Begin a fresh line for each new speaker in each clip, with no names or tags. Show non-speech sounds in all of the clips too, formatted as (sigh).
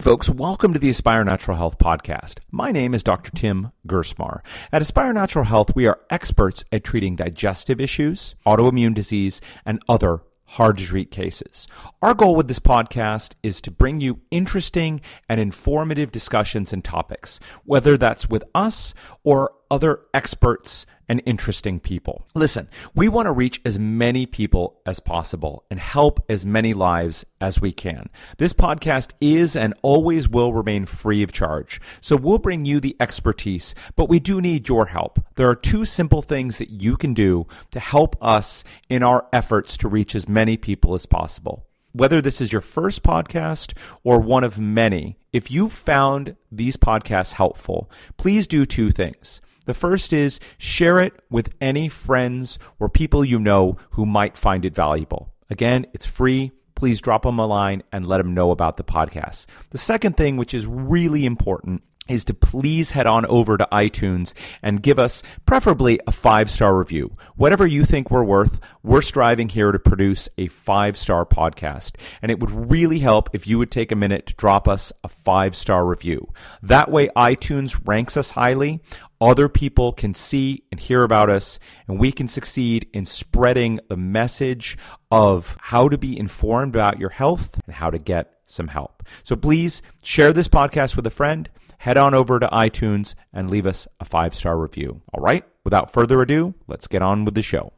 folks. Welcome to the Aspire Natural Health podcast. My name is Dr. Tim Gersmar. At Aspire Natural Health, we are experts at treating digestive issues, autoimmune disease, and other hard to treat cases. Our goal with this podcast is to bring you interesting and informative discussions and topics, whether that's with us or other experts and interesting people. Listen, we want to reach as many people as possible and help as many lives as we can. This podcast is and always will remain free of charge. So we'll bring you the expertise, but we do need your help. There are two simple things that you can do to help us in our efforts to reach as many people as possible. Whether this is your first podcast or one of many, if you found these podcasts helpful, please do two things. The first is share it with any friends or people you know who might find it valuable. Again, it's free. Please drop them a line and let them know about the podcast. The second thing, which is really important, is to please head on over to iTunes and give us preferably a five star review. Whatever you think we're worth, we're striving here to produce a five star podcast. And it would really help if you would take a minute to drop us a five star review. That way, iTunes ranks us highly. Other people can see and hear about us, and we can succeed in spreading the message of how to be informed about your health and how to get some help. So please share this podcast with a friend head on over to iTunes and leave us a five star review. All right, without further ado, let's get on with the show.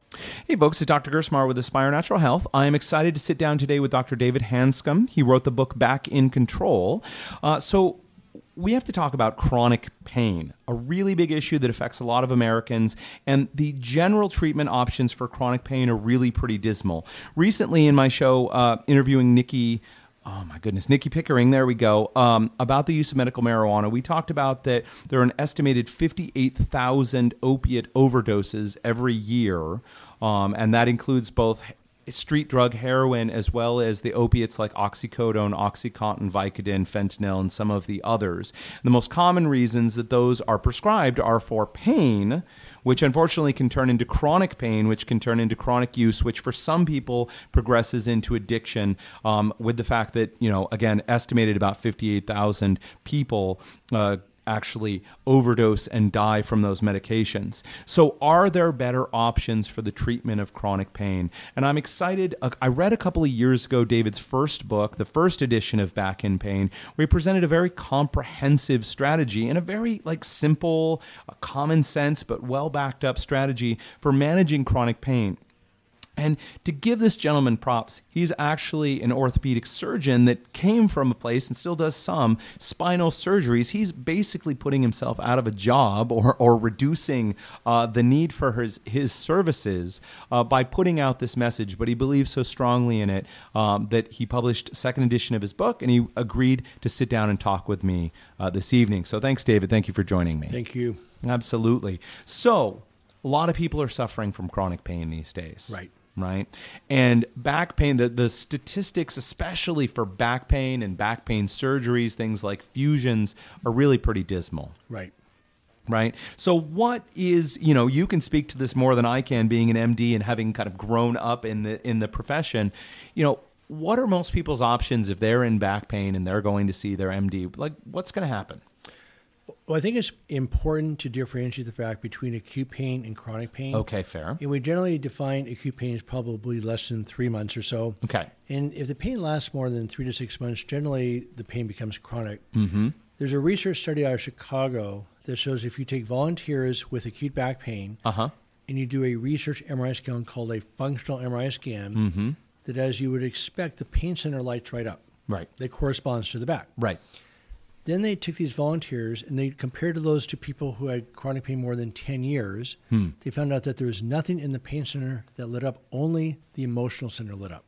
Hey, folks, it's Dr. Gersmar with Aspire Natural Health. I am excited to sit down today with Dr. David Hanscom. He wrote the book Back in Control. Uh, so, we have to talk about chronic pain, a really big issue that affects a lot of Americans, and the general treatment options for chronic pain are really pretty dismal. Recently, in my show, uh, interviewing Nikki Oh my goodness, Nikki Pickering, there we go. Um, about the use of medical marijuana, we talked about that there are an estimated 58,000 opiate overdoses every year, um, and that includes both street drug heroin as well as the opiates like oxycodone, oxycontin, Vicodin, fentanyl, and some of the others. And the most common reasons that those are prescribed are for pain, which unfortunately can turn into chronic pain, which can turn into chronic use, which for some people progresses into addiction. Um, with the fact that you know, again, estimated about fifty-eight thousand people. Uh, actually overdose and die from those medications. So, are there better options for the treatment of chronic pain? And I'm excited. uh, I read a couple of years ago David's first book, the first edition of Back in Pain, where he presented a very comprehensive strategy and a very like simple, uh, common sense but well backed up strategy for managing chronic pain. And to give this gentleman props, he's actually an orthopedic surgeon that came from a place and still does some spinal surgeries. He's basically putting himself out of a job or, or reducing uh, the need for his, his services uh, by putting out this message. But he believes so strongly in it um, that he published second edition of his book and he agreed to sit down and talk with me uh, this evening. So thanks, David. Thank you for joining me.
Thank you.
Absolutely. So, a lot of people are suffering from chronic pain these days.
Right.
Right. And back pain, the, the statistics, especially for back pain and back pain surgeries, things like fusions, are really pretty dismal.
Right.
Right. So, what is you know you can speak to this more than I can, being an MD and having kind of grown up in the in the profession. You know, what are most people's options if they're in back pain and they're going to see their MD? Like, what's going to happen?
Well, I think it's important to differentiate the fact between acute pain and chronic pain.
Okay, fair.
And we generally define acute pain as probably less than three months or so.
Okay.
And if the pain lasts more than three to six months, generally the pain becomes chronic. Mm-hmm. There's a research study out of Chicago that shows if you take volunteers with acute back pain
Uh huh.
and you do a research MRI scan called a functional MRI scan,
Mm-hmm.
that as you would expect, the pain center lights right up.
Right.
That corresponds to the back.
Right.
Then they took these volunteers and they compared to those to people who had chronic pain more than 10 years. They found out that there was nothing in the pain center that lit up, only the emotional center lit up.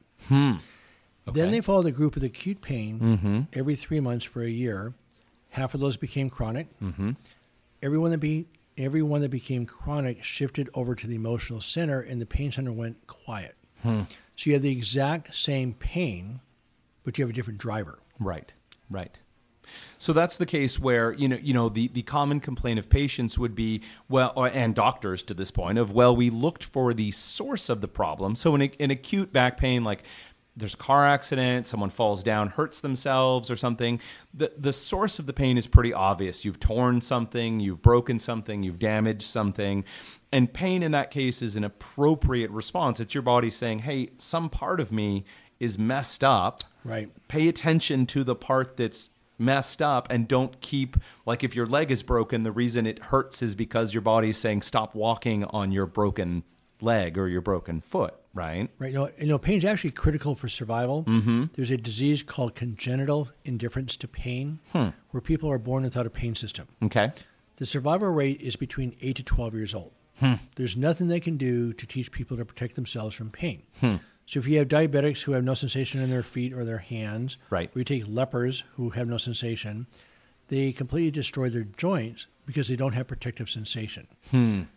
Then
Okay.
they followed a group with acute pain every three months for a year. Half of those became chronic. Mm-hmm. Everyone that be everyone that became chronic shifted over to the emotional center, and the pain center went quiet. So you have the exact same pain, but you have a different driver.
Right. Right. So that's the case where you know you know the, the common complaint of patients would be well or, and doctors to this point of well we looked for the source of the problem so an, ac- an acute back pain like there's a car accident, someone falls down, hurts themselves or something, the, the source of the pain is pretty obvious. You've torn something, you've broken something, you've damaged something. And pain in that case is an appropriate response. It's your body saying, hey, some part of me is messed up.
Right.
Pay attention to the part that's messed up and don't keep like if your leg is broken the reason it hurts is because your body's saying stop walking on your broken leg or your broken foot right
Right. No, you know, pain is actually critical for survival. There's a disease called congenital indifference to pain, where people are born without a pain system.
okay
The survival rate is between 8 to 12 years old. There's nothing they can do to teach people to protect themselves from pain. So if you have diabetics who have no sensation in their feet or their hands,
Right.
or you take lepers who have no sensation, they completely destroy their joints because they don't have protective sensation.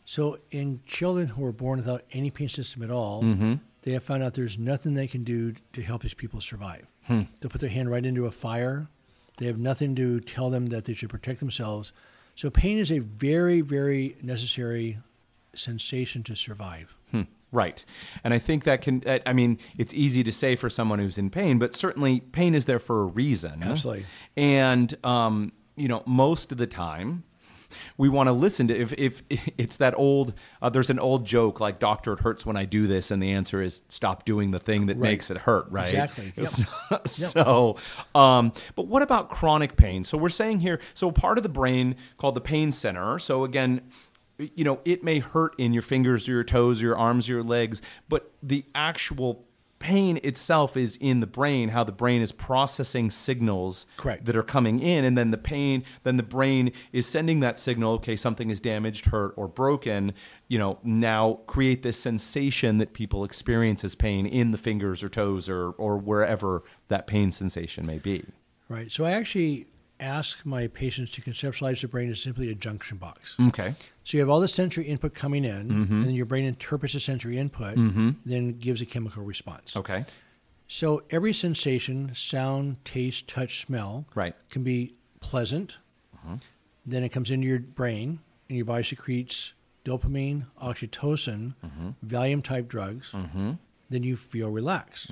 So in children who are born without any pain system at all, they have found out there's nothing they can do to help these people survive. They'll put their hand right into a fire. They have nothing to tell them that they should protect themselves. So pain is a very, very necessary sensation to survive.
Right. And I think that can, uh, I I mean, it's easy to say for someone who's in pain, but certainly pain is there for a reason.
Absolutely.
And, um, you know, most of the time, we want to listen to if, if (laughs) it's that old uh, there's an old joke like doctor it hurts when i do this and the answer is stop doing the thing that
Right.
makes it hurt right
Exactly. Yep.
So- (laughs) so um, but what about chronic pain so we're saying here so part of the brain called the pain center so again you know it may hurt in your fingers or your toes or your arms or your legs but the actual pain itself is in the brain how the brain is processing signals
Correct.
that are coming in and then the pain then the brain is sending that signal okay something is damaged hurt or broken you know now create this sensation that people experience as pain in the fingers or toes or or wherever that pain sensation may be
Right. So I actually ask my patients to conceptualize the brain as simply a junction box.
okay
So you have all the sensory input coming in, and then your brain interprets the sensory input, then gives a chemical response.
okay
So every sensation, sound, taste, touch, smell,
Right.
can be pleasant. Then it comes into your brain, and your body secretes dopamine, oxytocin, Valium type drugs. Then you feel relaxed.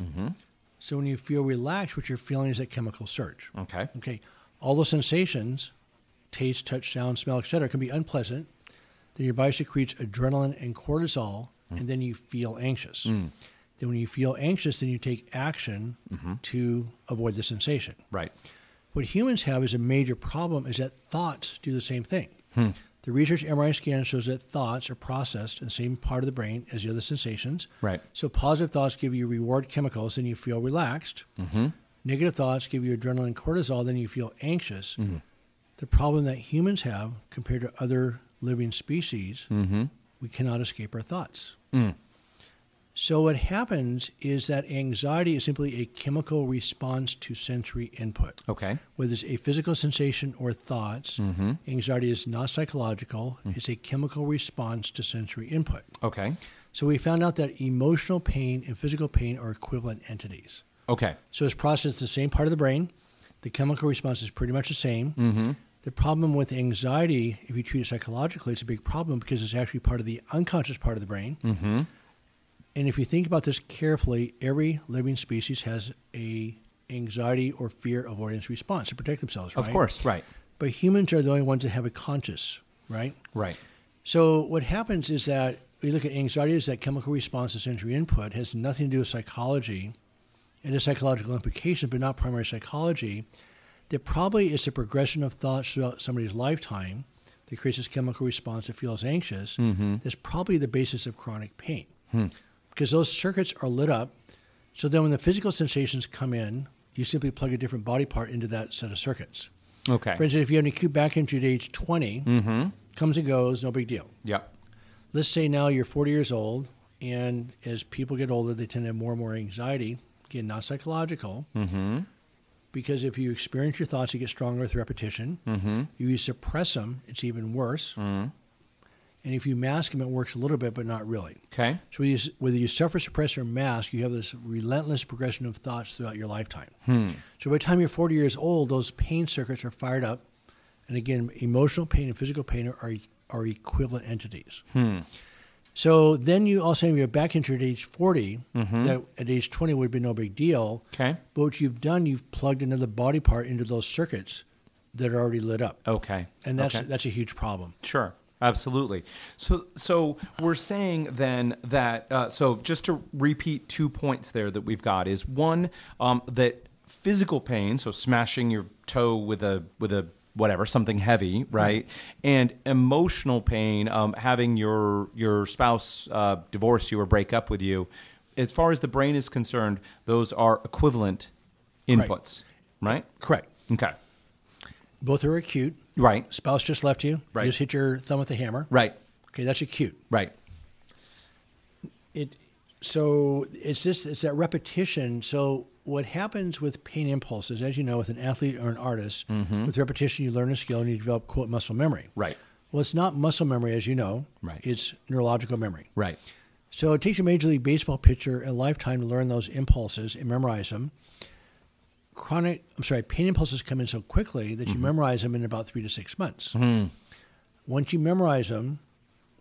So when you feel relaxed, what you're feeling is that chemical surge.
okay
Okay. All those sensations, taste, touch, sound, smell, etc., can be unpleasant. Then your body secretes adrenaline and cortisol, and then you feel anxious. Then when you feel anxious, then you take action to avoid the sensation.
right
What humans have is a major problem is that thoughts do the same thing. The research MRI scan shows that thoughts are processed in the same part of the brain as the other sensations.
Right.
So positive thoughts give you reward chemicals, then you feel relaxed. Negative thoughts give you adrenaline and cortisol, then you feel anxious. The problem that humans have compared to other living species, we cannot escape our thoughts. So what happens is that anxiety is simply a chemical response to sensory input
okay
whether it's a physical sensation or thoughts, anxiety is not psychological, it's a chemical response to sensory input.
okay
So we found out that emotional pain and physical pain are equivalent entities.
okay
So it's processed in the same part of the brain, the chemical response is pretty much the same. The problem with anxiety, if you treat it psychologically, it's a big problem because it's actually part of the unconscious part of the brain. And if you think about this carefully, every living species has a anxiety or fear avoidance response to protect themselves, right?
of course right
But humans are the only ones that have a conscious, right?
right
So what happens is that we look at anxiety as that chemical response to sensory input has nothing to do with psychology and its psychological implications, but not primary psychology. That probably is the progression of thoughts throughout somebody's lifetime that creates this chemical response that feels anxious. That's probably the basis of chronic pain because those circuits are lit up. So then when the physical sensations come in, you simply plug a different body part into that set of circuits.
okay
For instance, if you have an acute back injury at age 20, comes and goes, no big deal.
yep
Let's say now you're 40 years old, and as people get older, they tend to have more and more anxiety. Again, not psychological. Mm-hmm. Because if you experience your thoughts, you get stronger with repetition. Mm-hmm. If you suppress them, it's even worse. And if you mask them, it works a little bit, but not really.
okay
So whether you, whether you suffer, suppress, or mask, you have this relentless progression of thoughts throughout your lifetime.
Hmm.
So by the time you're 40 years old, those pain circuits are fired up.
Hmm.
And again, emotional pain and physical pain are, are equivalent entities. So then you also have your back injury at age 40 that at age 20 would be no big deal.
Mm-hmm. Okay.
But what you've done, you've plugged another body part into those circuits that are already lit up.
Okay.
And that's,
Oh, Okay.
that's a huge problem.
Sure. Absolutely. So, so we're saying then that. Uh, so, just to repeat two points there that we've got is one um, that physical pain, so smashing your toe with a with a whatever something heavy, right, and emotional pain, um, having your your spouse uh, divorce you or break up with you. As far as the brain is concerned, those are equivalent
Correct.
inputs, right?
Correct.
Okay.
Both are acute.
Right.
Spouse just left you.
Right.
You just hit your thumb with a hammer.
Right.
Okay, that's acute.
Right.
It so it's just it's that repetition. So what happens with pain impulses, as you know, with an athlete or an artist, with repetition you learn a skill and you develop quote muscle memory.
Mm-hmm. Right.
Well, it's not muscle memory, as you know.
Right.
It's neurological memory.
Right.
So it takes a major league baseball pitcher a lifetime to learn those impulses and memorize them. Chronic, I'm sorry, pain impulses come in so quickly that you memorize them in about three to six months. Once you memorize them,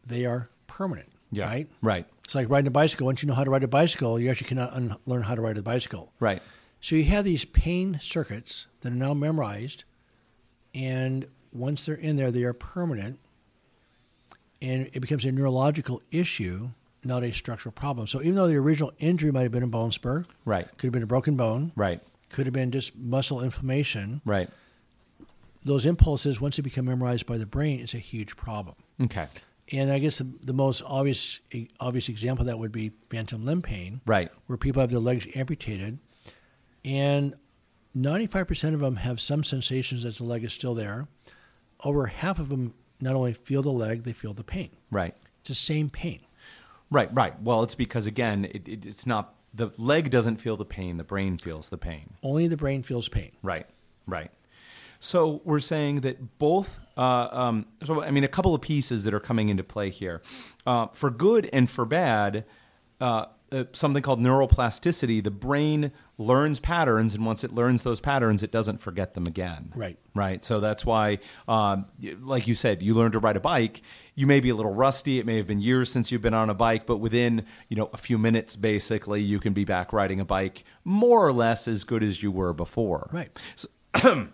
they are permanent.
Yeah.
Right.
Right.
It's like riding a bicycle. Once you know how to ride a bicycle, you actually cannot unlearn how to ride a bicycle.
Right.
So you have these pain circuits that are now memorized, and once they're in there, they are permanent, and it becomes a neurological issue, not a structural problem. So even though the original injury might have been a bone spur,
Right.
could have been a broken bone,
Right.
could have been just muscle inflammation,
Right.
those impulses once they become memorized by the brain, it's a huge problem.
Okay.
And I guess the, the most obvious e, obvious example of that would be phantom limb pain,
Right.
Where people have their legs amputated, and ninety five percent of them have some sensations that the leg is still there. Over half of them not only feel the leg, they feel the pain.
Right.
It's the same pain.
Right. Right. Well, it's because again, it, it, it's not the leg doesn't feel the pain; the brain feels the pain.
Only the brain feels pain.
Right. Right. So we're saying that both. Uh, um, so I mean, a couple of pieces that are coming into play here, uh, for good and for bad. Uh, uh, something called neuroplasticity. The brain learns patterns, and once it learns those patterns, it doesn't forget them again.
Right.
Right. So that's why, um, y- like you said, you learn to ride a bike. You may be a little rusty. It may have been years since you've been on a bike, but within you know a few minutes, basically, you can be back riding a bike more or less as good as you were before.
Right.
So,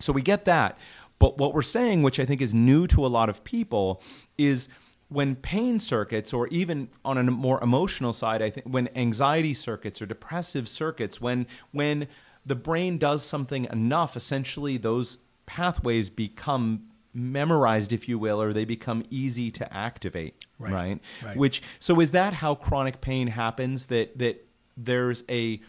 so we get that. But what we're saying, which I think is new to a lot of people, is when pain circuits, or even on a more emotional side, I think when anxiety circuits or depressive circuits, when when the brain does something enough, essentially those pathways become memorized, if you will, or they become easy to activate.
Right.
Right.
Right.
Which so is that how chronic pain happens? That that there's a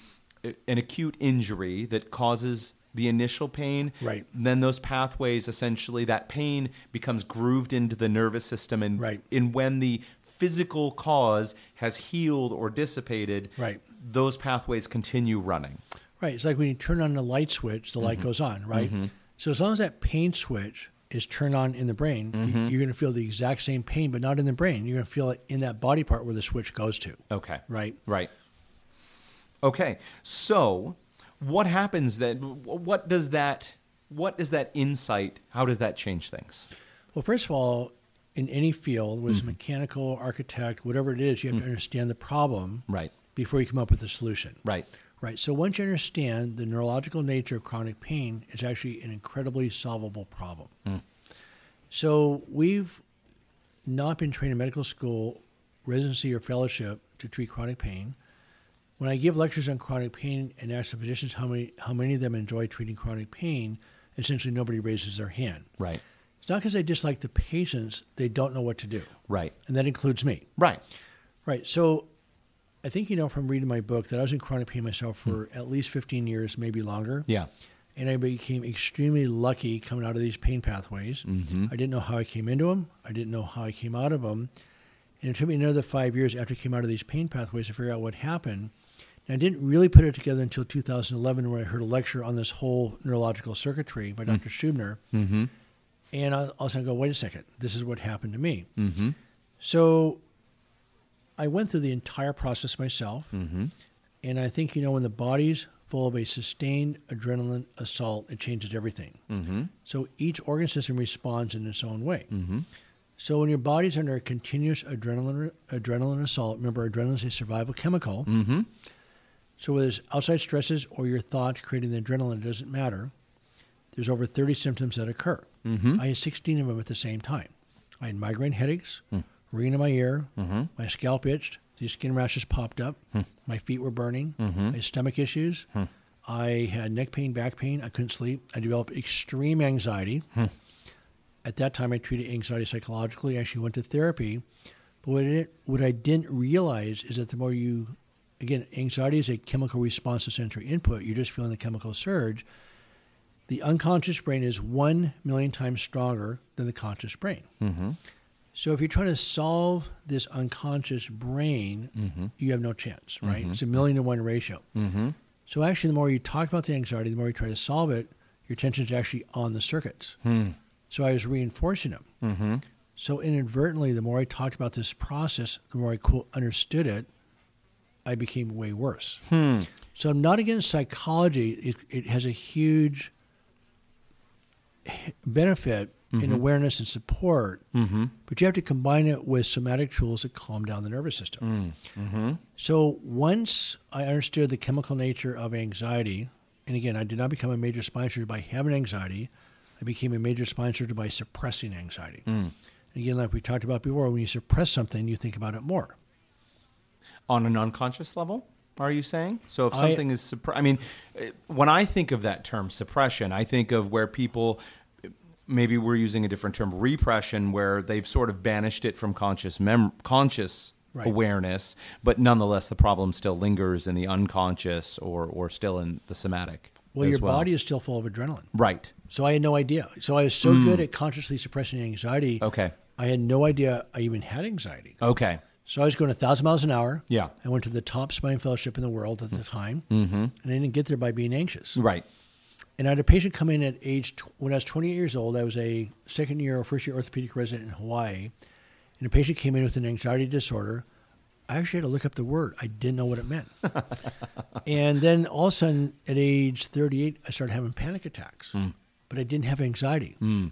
an acute injury that causes the initial pain
Right.
then those pathways essentially that pain becomes grooved into the nervous system and
Right.
and when the physical cause has healed or dissipated
Right.
those pathways continue running
Right. It's like when you turn on the light switch, the light goes on, right? So as long as that pain switch is turned on in the brain, y- you're going to feel the exact same pain, but not in the brain. You're going to feel it in that body part where the switch goes to.
okay
Right.
right okay so what happens then what does that what does that insight how does that change things
Well, first of all, in any field, whether it's
Mm-hmm.
mechanical, architect, whatever it is, you have to understand the problem
Mm. right
before you come up with a solution.
right
Right. So once you understand the neurological nature of chronic pain, it's actually an incredibly solvable problem.
Mm.
So we've not been trained in medical school, residency, or fellowship to treat chronic pain. When I give lectures on chronic pain and ask the physicians how many how many of them enjoy treating chronic pain, essentially nobody raises their hand.
right
It's not because they dislike the patients; they don't know what to do,
right
and that includes me.
right
Right. So I think you know from reading my book that I was in chronic pain myself for at least 15 years, maybe longer.
yeah
And I became extremely lucky coming out of these pain pathways. I didn't know how I came into them, I didn't know how I came out of them. And it took me another five years after I came out of these pain pathways to figure out what happened. And I didn't really put it together until 2011 when I heard a lecture on this whole neurological circuitry by doctor Schubner. Mm-hmm. And I also go, wait a second, this is what happened to me.
mm-hmm
So I went through the entire process myself. And I think, you know, when the body's full of a sustained adrenaline assault, it changes everything.
mm-hmm
So each organ system responds in its own way. So when your body's under a continuous adrenaline adrenaline assault, remember adrenaline is a survival chemical. Mm-hmm. So whether it's outside stresses or your thoughts creating the adrenaline, it doesn't matter. There's over 30 symptoms that occur. I had 16 of them at the same time. I had migraine headaches, ringing in my ear, my scalp itched, these skin rashes popped up, my feet were burning, I had stomach issues, I had neck pain, back pain, I couldn't sleep, I developed extreme anxiety. At that time, I treated anxiety psychologically. I actually went to therapy. But what, it, what I didn't realize is that the more you, again, anxiety is a chemical response to sensory input. You're just feeling the chemical surge. The unconscious brain is one million times stronger than the conscious brain. So if you're trying to solve this unconscious brain, you have no chance, right? It's a million to one ratio. So actually, the more you talk about the anxiety, the more you try to solve it, your attention is actually on the circuits. So I was reinforcing them. So inadvertently, the more I talked about this process, the more I quote understood it, I became way worse. So I'm not against psychology. It, it has a huge benefit
Mm-hmm.
in awareness and support, but you have to combine it with somatic tools that calm down the nervous system.
Mm. Mm-hmm.
So once I understood the chemical nature of anxiety, and again, I did not become a major spine surgeon by having anxiety. I became a major spine surgeon by suppressing anxiety.
Mm.
Again, like we talked about before, when you suppress something, you think about it more.
on an unconscious level are you saying so if
I-
something is suppre- i mean uh, when i think of that term suppression i think of where people maybe we're using a different term repression where they've sort of banished it from conscious mem- conscious
Right.
awareness but nonetheless the problem still lingers in the unconscious or or still in the somatic
Well,
as
your body is still full of adrenaline.
right
So I had no idea. So I was so good at consciously suppressing anxiety.
Mm. Okay.
I had no idea I even had anxiety.
okay
So I was going 1,000 miles an hour.
Yeah.
I went to the top spine fellowship in the world at the time. Mm-hmm. And I didn't get there by being anxious.
right
And I had a patient come in at age, tw- when I was 28 years old, I was a second year or first year orthopedic resident in Hawaii. And a patient came in with an anxiety disorder. I actually had to look up the word. I didn't know what it (laughs) meant. and then all of a sudden, at age 38, I started having panic attacks, but I didn't have anxiety. Right?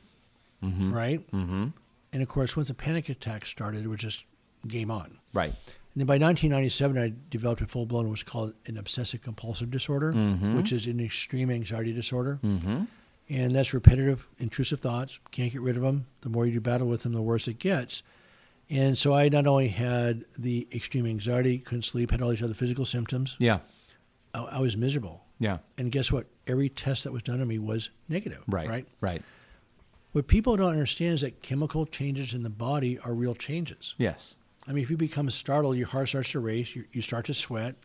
Mm. Mm-hmm. And of course, once the panic attack started, it was just game on.
right
And then by 1997, I developed a full blown what's called an obsessive compulsive disorder, which is an extreme anxiety disorder. Mm-hmm. And that's repetitive, intrusive thoughts. Can't get rid of them. The more you do battle with them, the worse it gets. And so I not only had the extreme anxiety, couldn't sleep, had all these other physical symptoms.
yeah
I, I was miserable.
yeah
And guess what? Every test that was done on me was negative.
right
Right.
right
What people don't understand is that chemical changes in the body are real changes.
yes
I mean, if you become startled, your heart starts to race, you, you start to sweat,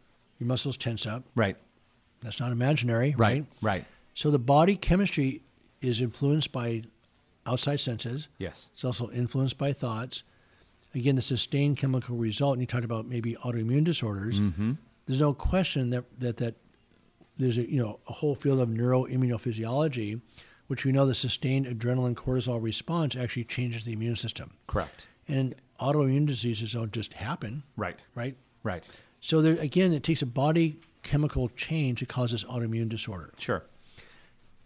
your muscles tense up.
right
That's not imaginary, right?
right right
So the body chemistry is influenced by outside senses.
yes
It's also influenced by thoughts. Again, the sustained chemical result, and you talked about maybe autoimmune disorders.
Mm-hmm.
There's no question that that that there's a you know a whole field of neuroimmunophysiology, which we know the sustained adrenaline cortisol response actually changes the immune system.
correct
And autoimmune diseases don't just happen,
right
right?
right
So there again, it takes a body chemical change that causes autoimmune disorder.
sure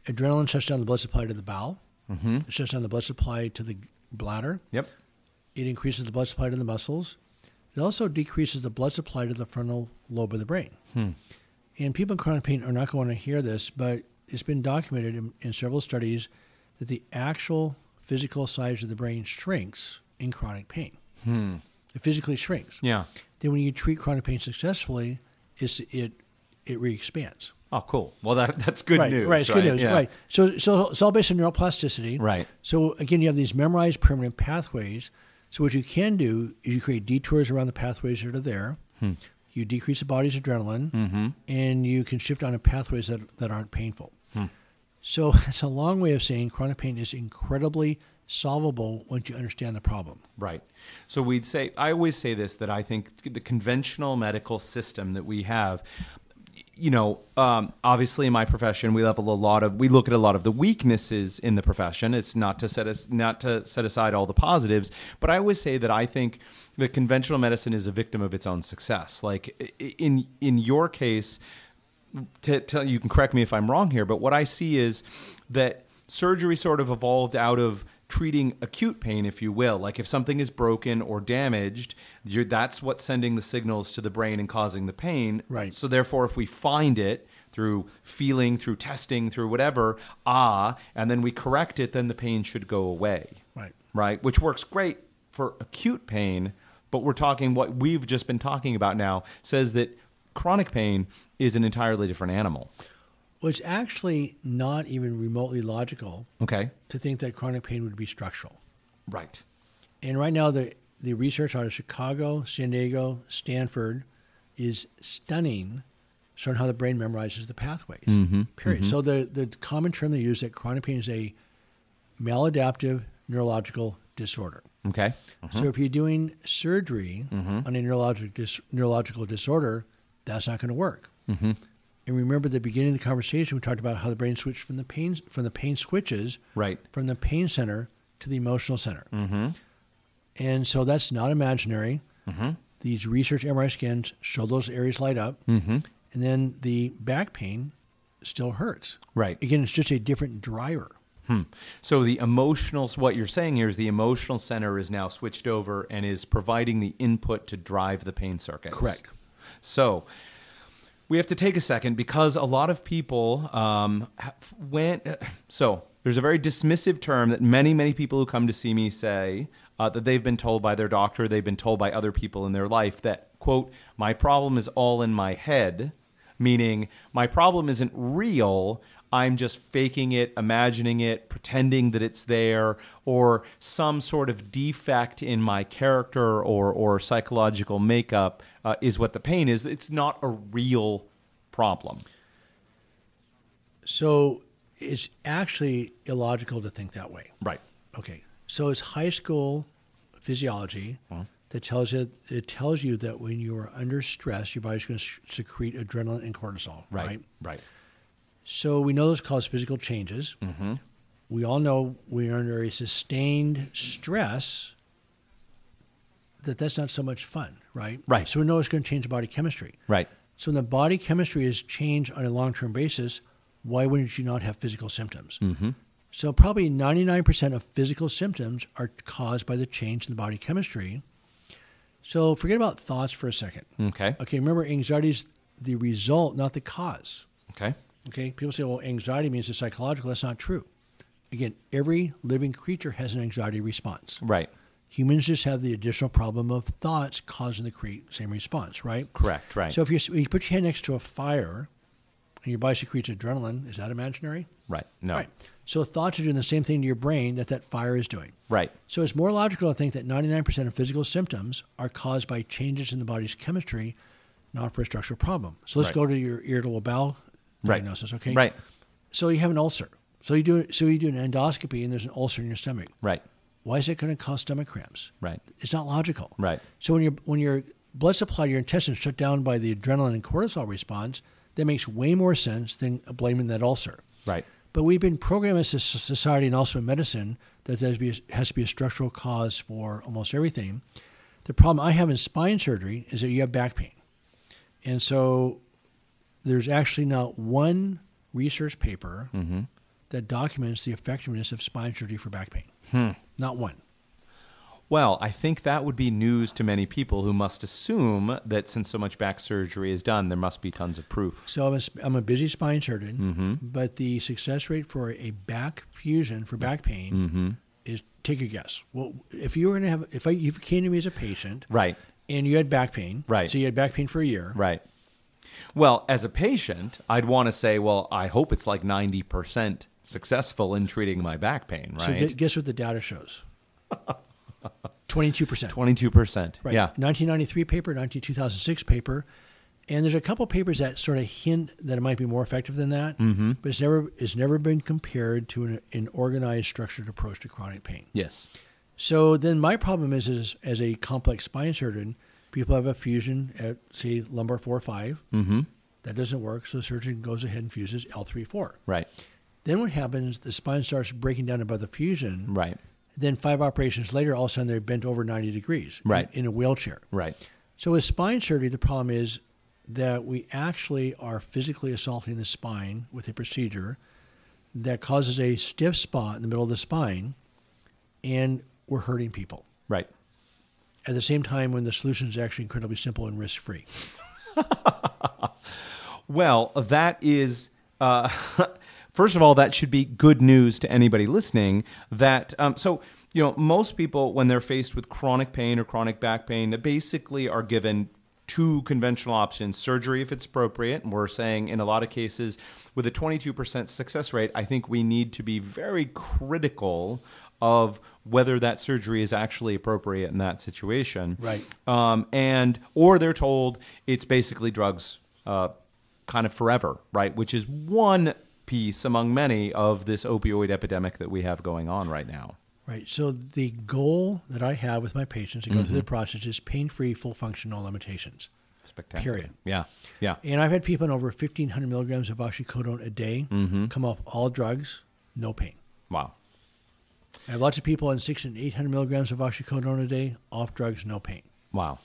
Adrenaline shuts down the blood supply to the bowel. Mm-hmm. It shuts down the blood supply to the bladder.
Yep.
It increases the blood supply to the muscles. It also decreases the blood supply to the frontal lobe of the brain. And people in chronic pain are not going to hear this, but it's been documented in, in several studies that the actual physical size of the brain shrinks in chronic pain. It physically shrinks.
Yeah.
Then when you treat chronic pain successfully, it's, it it re-expands.
Oh, cool. Well, that that's good
right,
news.
right, it's good news.
Yeah.
Right. So, so it's all based on neuroplasticity.
Right.
So again, you have these memorized permanent pathways. So what you can do is you create detours around the pathways that are there.
Hmm.
You decrease the body's adrenaline,
Mm-hmm.
and you can shift onto pathways that that aren't painful.
Hmm.
So (laughs) it's a long way of saying chronic pain is incredibly solvable once you understand the problem.
Right. So we'd say I always say this that I think the conventional medical system that we have you know, um, obviously in my profession, we level a lot of we look at a lot of the weaknesses in the profession. It's not to set us not to set aside all the positives, but I always say that I think that conventional medicine is a victim of its own success. Like i- i- in in your case, to, to, you can correct me if I'm wrong here, but what I see is that surgery sort of evolved out of treating acute pain, if you will. Like if something is broken or damaged, you're, that's what's sending the signals to the brain and causing the pain.
Right.
So therefore, if we find it through feeling, through testing, through whatever, ah, and then we correct it, then the pain should go away.
Right.
Right. Which works great for acute pain, but we're talking what we've just been talking about now says that chronic pain is an entirely different animal.
Well, it's actually not even remotely logical
Okay.
to think that chronic pain would be structural.
Right.
And right now, the, the research out of Chicago, San Diego, Stanford is stunning, showing how the brain memorizes the pathways. Period. So the the common term they use that chronic pain is a maladaptive neurological disorder.
Okay.
So if you're doing surgery on a neurologic dis- neurological disorder, that's not going to work. And remember, at the beginning of the conversation, we talked about how the brain switched from the pain from the pain switches
Right. Mm-hmm.
from the pain center to the emotional center. And so that's not imaginary.
Mm-hmm.
These research MRI scans show those areas light up,
Mm-hmm.
and then the back pain still hurts.
Right.
Again, it's just a different driver.
So the emotional, what you're saying here is the emotional center is now switched over and is providing the input to drive the pain circuits.
Correct.
So we have to take a second because a lot of people um, have went. So there's a very dismissive term that many, many people who come to see me say uh, that they've been told by their doctor, they've been told by other people in their life that, quote, my problem is all in my head, meaning my problem isn't real. I'm just faking it, imagining it, pretending that it's there, or some sort of defect in my character or, or psychological makeup uh, is what the pain is. It's not a real problem.
So it's actually illogical to think that way.
Right.
Okay. So it's high school physiology that tells you it tells you that when you are under stress, your body's going to secrete adrenaline and cortisol.
Right. Right.
So we know those cause physical changes.
Mm-hmm.
We all know when you're under a sustained stress that that's not so much fun, right?
Right.
So we know it's going to change body chemistry.
Right.
So when the body chemistry is changed on a long-term basis, why wouldn't you not have physical symptoms? Mm-hmm. So probably 99% of physical symptoms are caused by the change in the body chemistry. So forget about thoughts for a second.
Okay.
Okay, remember anxiety is the result, not the cause.
Okay.
Okay, people say, well, anxiety means it's psychological. That's not true. Again, every living creature has an anxiety response.
Right.
Humans just have the additional problem of thoughts causing the cre- same response, right?
Correct. Right.
So if you, you put your hand next to a fire and your body secretes adrenaline, is that imaginary?
right. No.
Right. So thoughts are doing the same thing to your brain that that fire is doing.
Right.
So it's more logical to think that 99% of physical symptoms are caused by changes in the body's chemistry, not for a structural problem. So let's
Right.
go to your irritable bowel
Right.
diagnosis, okay?
Right.
So you have an ulcer. So you do so you do an endoscopy and there's an ulcer in your stomach.
Right.
Why is it going to cause stomach cramps?
Right.
It's not logical.
Right.
So when your when your blood supply to your intestines shut down by the adrenaline and cortisol response, that makes way more sense than blaming that ulcer.
Right.
But we've been programmed as a s- society and also in medicine that there has to be a, has to be a structural cause for almost everything. The problem I have in spine surgery is that you have back pain. And so there's actually not one research paper
Mm-hmm.
that documents the effectiveness of spine surgery for back pain.
Hmm.
Not one.
Well, I think that would be news to many people who must assume that since so much back surgery is done, there must be tons of proof.
So I'm a, sp- I'm a busy spine surgeon,
Mm-hmm.
but the success rate for a back fusion for back pain
Mm-hmm.
is take your guess. Well, if you were going to have, if I, if you came to me as a patient,
Right.
and you had back pain,
Right.
So you had back pain for a year,
Right. Well, as a patient, I'd want to say, well, I hope it's like 90% successful in treating my back pain,
So
right?
gu- guess what the
(laughs)
data shows? Twenty-two percent.
22%.
Right.
Yeah.
1993 paper, 19, 2006 paper, and there's a couple papers that sort of hint that it might be more effective than that, mm-hmm. but it's never it's never been compared to an, an organized, structured approach to chronic pain.
Yes.
So then my problem is, is as a complex spine surgeon, people have a fusion at say lumbar four five. Mm-hmm. That doesn't work, so the surgeon goes ahead and fuses L three four.
Right.
Then what happens? The spine starts breaking down above the fusion.
Right.
Then five operations later, all of a sudden they're bent over ninety degrees. in-
Right.
In, a wheelchair.
Right.
So with spine surgery, the problem is that we actually are physically assaulting the spine with a procedure that causes a stiff spot in the middle of the spine and we're hurting people.
Right.
At the same time, when the solution is actually incredibly simple and risk free.
Well, that is, uh, (laughs) first of all, that should be good news to anybody listening. That um, so you know most people when they're faced with chronic pain or chronic back pain, they basically are given two conventional options: surgery if it's appropriate. And we're saying in a lot of cases, with a 22% success rate, I think we need to be very critical of whether that surgery is actually appropriate in that situation
Right.
um, and or they're told it's basically drugs uh, kind of forever right which is one piece among many of this opioid epidemic that we have going on right now
Right. So the goal that I have with my patients to go through the process is pain free, full function, no limitations.
spectacular
Period.
yeah yeah
And I've had people on over 1,500 milligrams of oxycodone a day come off all drugs, no pain.
wow
I have lots of people on 600 and 800 milligrams of oxycodone a day, off drugs, no pain.
wow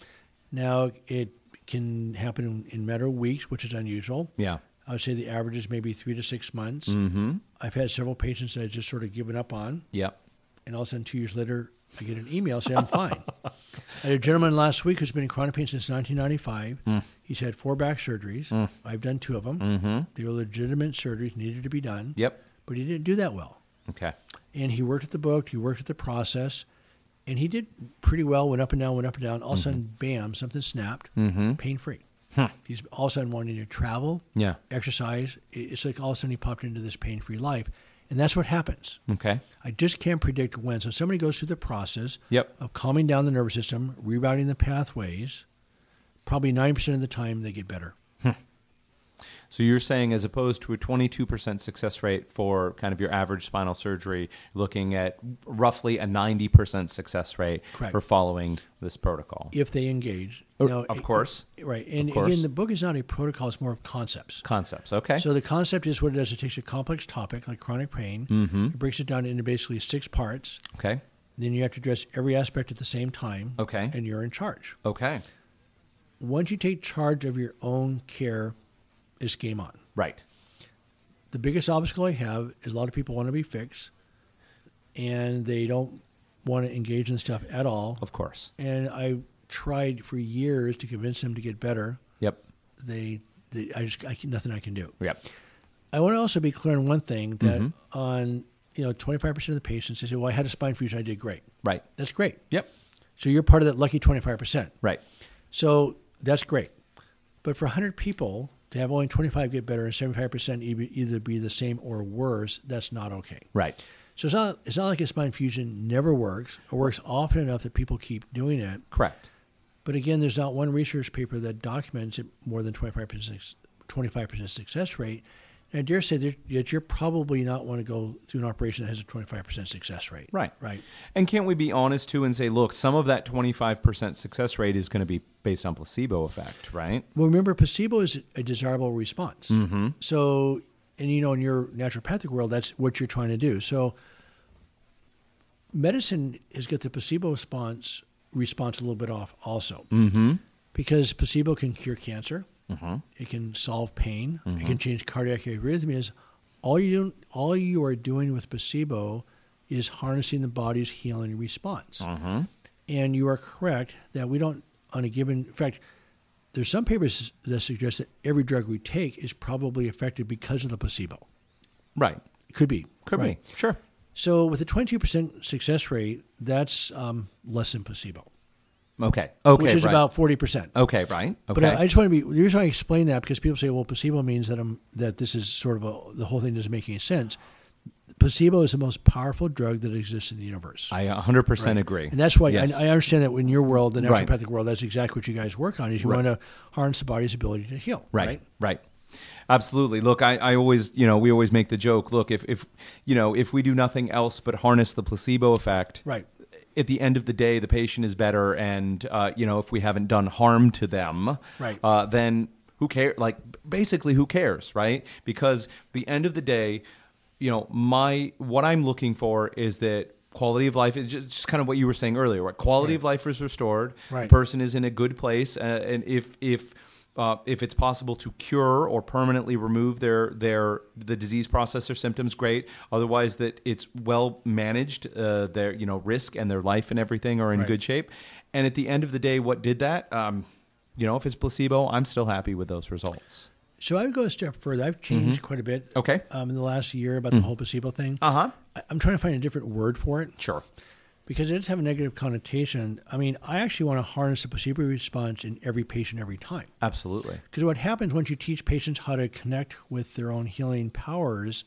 Now, it can happen in, in a matter of weeks, which is unusual.
yeah
I would say the average is maybe three to six months. Mm-hmm. I've had several patients that I've just sort of given up on,
yep
and all of a sudden, two years later, I get an email saying I'm fine. I had a gentleman last week who's been in chronic pain since 1995. He's had four back surgeries. I've done two of them. Mm-hmm. They were legitimate surgeries, needed to be done.
Yep.
But he didn't do that well.
okay
And he worked at the book, he worked at the process, and he did pretty well, went up and down, went up and down. All of a sudden, bam, something snapped, pain free. He's all of a sudden wanting to travel,
yeah
exercise. It- It's like all of a sudden he popped into this pain free life. And that's what happens.
okay
I just can't predict when. So somebody goes through the process
Yep.
of calming down the nervous system, rerouting the pathways. Probably 90% of the time they get better.
so you're saying as opposed to a 22% success rate for kind of your average spinal surgery looking at roughly a 90% success rate
Correct.
for following this protocol
if they engage.
Oh,
Now,
of
it-
course.
right. And
Of course.
again, the book is not a protocol; it's more of concepts.
concepts okay
So the concept is what it does. It takes a complex topic like chronic pain,
Mm-hmm.
it breaks it down into basically six parts.
okay
Then you have to address every aspect at the same time.
Okay.
And you're in charge.
Okay.
Once you take charge of your own care, it's game on.
Right.
The biggest obstacle I have is a lot of people want to be fixed, and they don't want to engage in stuff at all.
Of course.
And I tried for years to convince them to get better.
Yep.
they, they I just I can, nothing I can do.
Yep.
I want to also be clear on one thing that
Mm-hmm.
on you know 25% of the patients they say, "Well, I had a spine fusion, I did great."
Right.
That's great.
Yep.
So you're part of that lucky 25%.
Right.
So that's great. But for 100 people to have only 25 get better and 75% e- either be the same or worse, that's not okay.
Right.
So it's not it's not like a spine fusion never works or works often enough that people keep doing it.
Correct.
But again, there's not one research paper that documents it more than 25% suc- 25% success rate. And I dare say that that you're probably not want to go through an operation that has a 25% success rate.
Right.
Right.
And can't we be honest too and say, look, some of that 25% success rate is going to be based on placebo effect, right?
Well, remember, placebo is a desirable response. Mm-hmm. So, and you know, in your naturopathic world, that's what you're trying to do. So, medicine has got the placebo response response a little bit off also, mm-hmm. because placebo can cure cancer, mm-hmm. it can solve pain, it can change cardiac arrhythmias. All you do, all you are doing with placebo is harnessing the body's healing response. And you are correct that we don't, on a given, in fact, there's some papers that suggest that every drug we take is probably effective because of the placebo.
Right.
It could be.
Could
right?
be. Sure.
So with a 22% success rate, that's um, less than placebo,
Okay. Okay.
which is
right.
about 40%.
Okay. Right. Okay.
But I, I just want to be. The reason I explain that because people say, "Well, placebo means that I'm that this is sort of a the whole thing doesn't make any sense." Placebo is the most powerful drug that exists in the universe.
I 100% agree.
And that's why
Yes.
I, I understand that in your world, the
Right.
naturopathic world, that's exactly what you guys work on is you
Right.
want to harness the body's ability to heal.
Right. Right. Absolutely. Look, I, I always, you know, we always make the joke. Look, if, if, you know, if we do nothing else but harness the placebo effect,
Right.
At the end of the day, the patient is better, and uh, you know, if we haven't done harm to them,
Right.
uh, then who cares? Like, basically, who cares, right? Because the end of the day, you know, my what I'm looking for is that quality of life is just, just kind of what you were saying earlier. Right? Quality of life is restored
Right.
person is in a good place uh, and if if uh, if it's possible to cure or permanently remove their their the disease process or symptoms, great. Otherwise, that it's well managed, uh, their you know risk and their life and everything are in
Right.
good shape. And at the end of the day, what did that? Um, you know, if it's placebo, I'm still happy with those results.
So I would go a step further. I've changed quite a bit.
Mm-hmm. Okay.
Um, in the last year about the whole placebo thing.
Uh huh.
I- I'm trying to find a different word for it
Sure.
because it does have a negative connotation. I mean, I actually want to harness the placebo response in every patient every time.
Absolutely.
Because what happens once you teach patients how to connect with their own healing powers,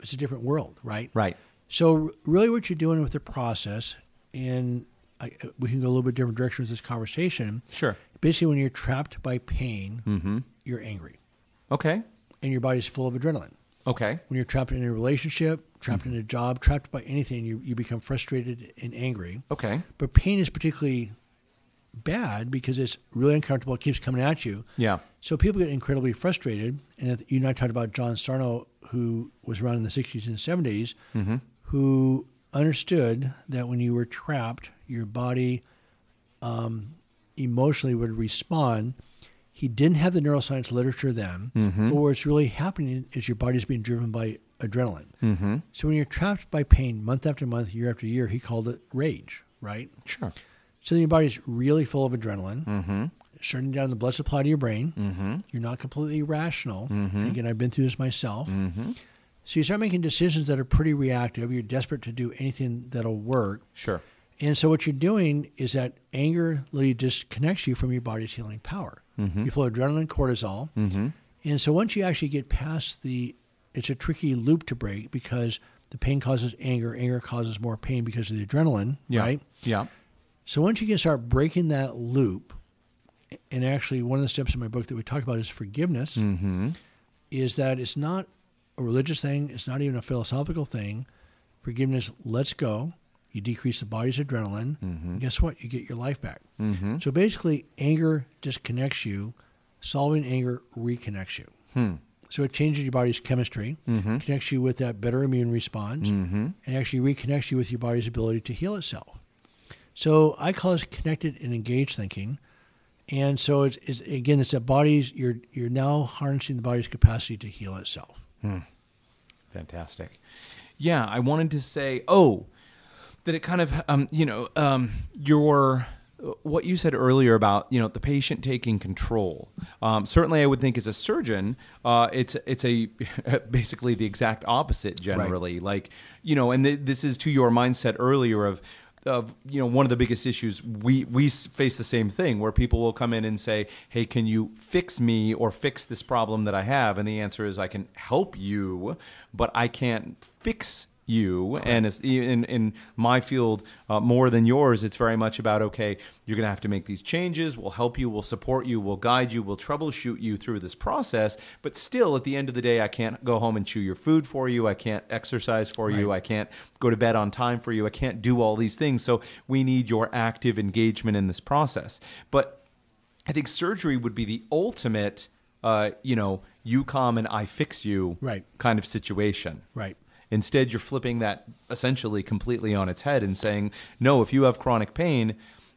it's a different world, right?
Right.
So, really, what you're doing with the process, and I, we can go a little bit different direction with this conversation.
Sure.
Basically, when you're trapped by pain, you're angry,
Okay.
and your body's full of adrenaline.
Okay.
When you're trapped in a relationship, trapped in a job, trapped by anything, you, you become frustrated and angry.
Okay.
But pain is particularly bad because it's really uncomfortable. It keeps coming at you.
Yeah.
So people get incredibly frustrated. And if- you and I talked about John Sarno, who was around in the 60s and 70s, who understood that when you were trapped, your body um, emotionally would respond. He didn't have the neuroscience literature then, but what's really happening is your body's being driven by adrenaline. Mm-hmm. So when you're trapped by pain month after month, year after year, he called it rage, right?
Sure.
So then your body's really full of adrenaline, mm-hmm. shutting down the blood supply to your brain. Mm-hmm. You're not completely rational. And again, I've been through this myself. Mm-hmm. So you start making decisions that are pretty reactive. You're desperate to do anything that'll work.
Sure.
And so what you're doing is that anger literally disconnects you from your body's healing power. You flow adrenaline, cortisol. And so once you actually get past the, it's a tricky loop to break because the pain causes anger, anger causes more pain because of the adrenaline,
Yeah.
right?
Yeah.
So once you can start breaking that loop, and actually one of the steps in my book that we talk about is forgiveness, is that it's not a religious thing, it's not even a philosophical thing. Forgiveness lets go. You decrease the body's adrenaline. and Guess what? You get your life back. So basically, anger disconnects you. Solving anger reconnects you. So it changes your body's chemistry, connects you with that better immune response, and actually reconnects you with your body's ability to heal itself. So I call this connected and engaged thinking. And so it's, it's again, it's a body's you're you're now harnessing the body's capacity to heal itself.
Fantastic. Yeah, I wanted to say, oh, that it kind of, um, you know, um, your what you said earlier about you know the patient taking control. Um, certainly, I would think as a surgeon, uh, it's it's a (laughs) basically the exact opposite generally. Like you know, and th- this is to your mindset earlier of of you know one of the biggest issues we we s- face the same thing where people will come in and say hey can you fix me or fix this problem that i have and the answer is i can help you but i can't fix you and it's, e, in in my field uh, more than yours it's very much about okay you're going to have to make these changes we'll help you we'll support you we'll guide you we'll troubleshoot you through this process but still at the end of the day i can't go home and chew your food for you i can't exercise for you i can't go to bed on time for you i can't do all these things so we need your active engagement in this process but I think surgery would be the ultimate, uh, you know, you come and I fix you
Right.
kind of situation.
Right.
Instead, you're flipping that essentially completely on its head and saying, no, if you have chronic pain,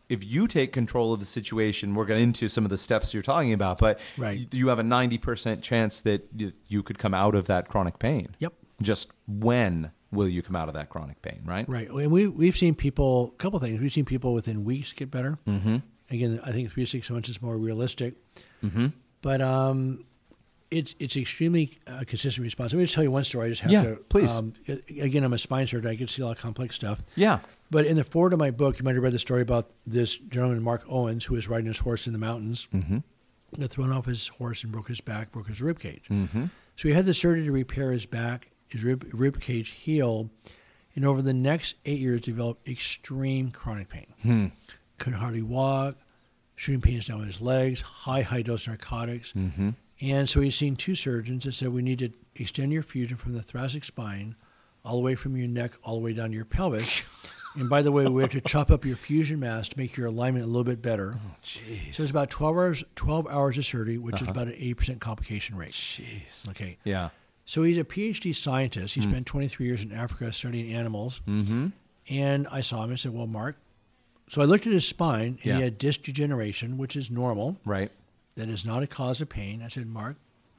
if you take control of the situation, we're going into some of the steps you're talking about, but
Right.
y- you have a 90% chance that y- you could come out of that chronic pain.
Yep.
Just when will you come out of that chronic pain, right?
Right. And we we've seen people a couple things. We've seen people within weeks get better. Mm-hmm. Again, I think three to six months is more realistic. Mm-hmm. But um, it's it's extremely uh, consistent response. Let me just tell you one story. I just have
Yeah,
to
please.
Um, a- again, I'm a spine surgeon. I can see a lot of complex stuff.
Yeah.
But in the forward of my book, you might have read the story about this gentleman, Mark Owens, who was riding his horse in the mountains, mm-hmm. got thrown off his horse and broke his back, broke his rib cage. Mm-hmm. So he had the surgery to repair his back, his rib, rib cage healed, and over the next eight years developed extreme chronic pain. Could hardly walk, shooting pains down his legs, high, high dose narcotics. Mm-hmm. And so he's seen two surgeons that said, we need to extend your fusion from the thoracic spine all the way from your neck all the way down to your (laughs) pelvis. and by the way, we have to chop up your fusion mass to make your alignment a little bit better.
Jeez.
So it's about 12 hours, 12 hours of surgery, which is about an 80% complication rate.
Jeez.
Okay.
Yeah.
So he's a PhD scientist. He spent 23 years in Africa studying animals. Mm-hmm. And I saw him and said, Well, Mark, So I looked at his spine, and
Yeah.
he had disc degeneration, which is normal.
Right.
That is not a cause of pain. I said, Mark,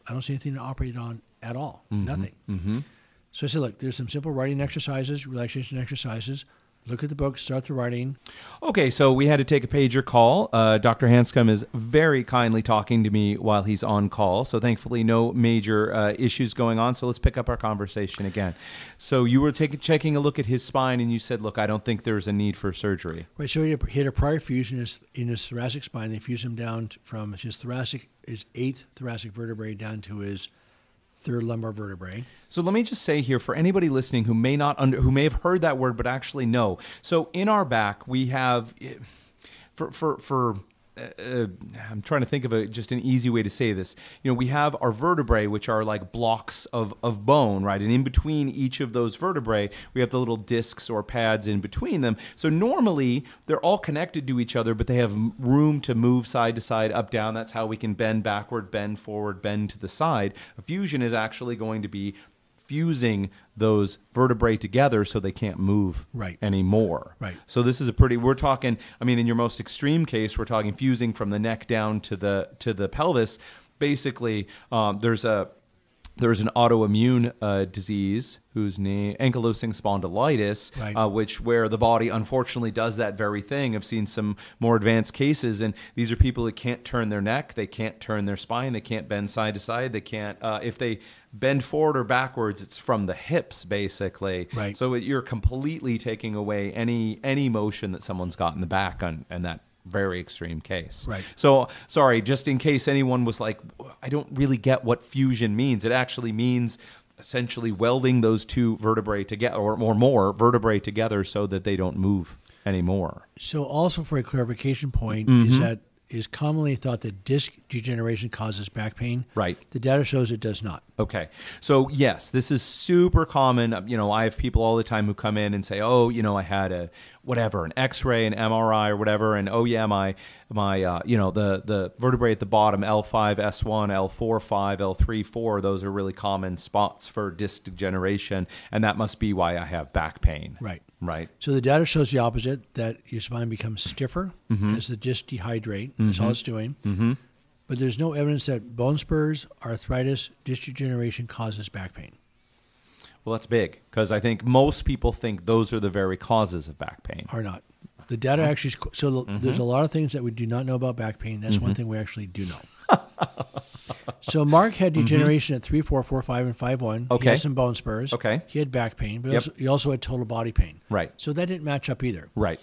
I don't see anything to operate on at all. Nothing. So I said, look, there's some simple writing exercises, relaxation exercises. Look at the book, start the writing.
Okay, so we had to take a pager call. Uh, Dr. Hanscom is very kindly talking to me while he's on call. So thankfully, no major uh, issues going on. So let's pick up our conversation again. So you were taking checking a look at his spine, and you said, "Look, I don't think there's a need for surgery."
Right, so he had a- he had a prior fusion in his, in his thoracic spine. They fused him down t- from his thoracic, his eighth thoracic vertebrae down to his third lumbar vertebrae.
So let me just say here for anybody listening who may not under, who may have heard that word but actually know. So in our back we have for for for uh, uh, I'm trying to think of a just an easy way to say this. You know, we have our vertebrae which are like blocks of of bone, right? And in between each of those vertebrae, we have the little discs or pads in between them. So normally they're all connected to each other, but they have m- room to move side to side, up down. That's how we can bend backward, bend forward, bend to the side. A fusion is actually going to be fusing those vertebrae together so they can't move
Right.
anymore.
Right.
So this is a pretty we're talking I mean in your most extreme case we're talking fusing from the neck down to the to the pelvis. Basically um, there's a there's an autoimmune uh, disease whose name ankylosing spondylitis
Right.
uh, which where the body unfortunately does that very thing. I've seen some more advanced cases, and these are people that can't turn their neck, they can't turn their spine, they can't bend side to side, they can't. Uh, if they bend forward or backwards, it's from the hips basically.
Right.
So it, you're completely taking away any any motion that someone's got in the back on and that very extreme case.
Right.
So sorry, just in case anyone was like, I don't really get what fusion means. It actually means essentially welding those two vertebrae together, or, or more vertebrae together, so that they don't move anymore.
So also for a clarification point is that is commonly thought that disc degeneration causes back pain.
Right.
The data shows it does not.
Okay. So, yes, this is super common. Uh, You know, I have people all the time who come in and say, "Oh, you know, I had a whatever, an X-ray, an MRI or whatever, and oh yeah, my my uh, you know, the the vertebrae at the bottom L5, S1, L4, 5, L3, 4, those are really common spots for disc degeneration, and that must be why I have back pain."
Right.
Right.
So the data shows the opposite that your spine becomes stiffer as the disc dehydrate. That's all it's doing. Mm-hmm. But there's no evidence that bone spurs, arthritis, disc degeneration causes back pain.
Well, that's big because I think most people think those are the very causes of back pain.
Are not. The data actually, is co- so the-
Mm-hmm.
there's a lot of things that we do not know about back pain. That's one thing we actually
(laughs)
do know. so Mark had degeneration at three, four, four, five, and five one.
Mm-hmm. Okay.
He had some bone spurs.
Okay.
He had back pain, but
Yep.
also, he also had total body pain.
Right.
So that didn't match up either.
Right.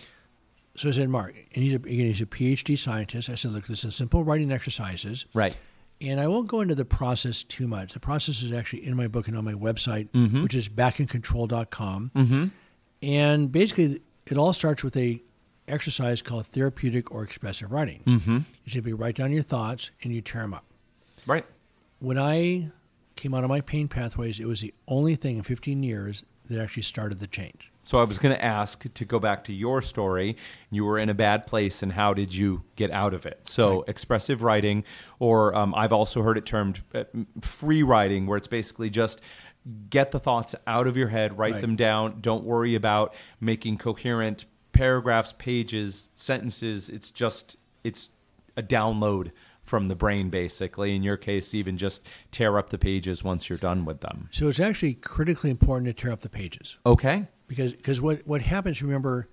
So I said, Mark, and he's a, again, he's a PhD scientist. I said, look, this is simple writing exercises.
Right.
And I won't go into the process too much. The process is actually in my book and on my website, which is backincontrol.com. Mm-hmm. And basically, it all starts with a exercise called therapeutic or expressive writing. Mm-hmm. You simply write down your thoughts and you tear them up.
Right.
When I came out of my pain pathways, it was the only thing in 15 years that actually started the change.
So I was going to ask to go back to your story. You were in a bad place, and how did you get out of it? So expressive writing, or um, I've also heard it termed uh, m- free writing, where it's basically just get the thoughts out of your head, write
Right.
them down. Don't worry about making coherent paragraphs, pages, sentences. It's just it's a download from the brain, basically. In your case, even just tear up the pages once you're done with them.
So it's actually critically important to tear up the pages.
Okay.
because because what what happens remember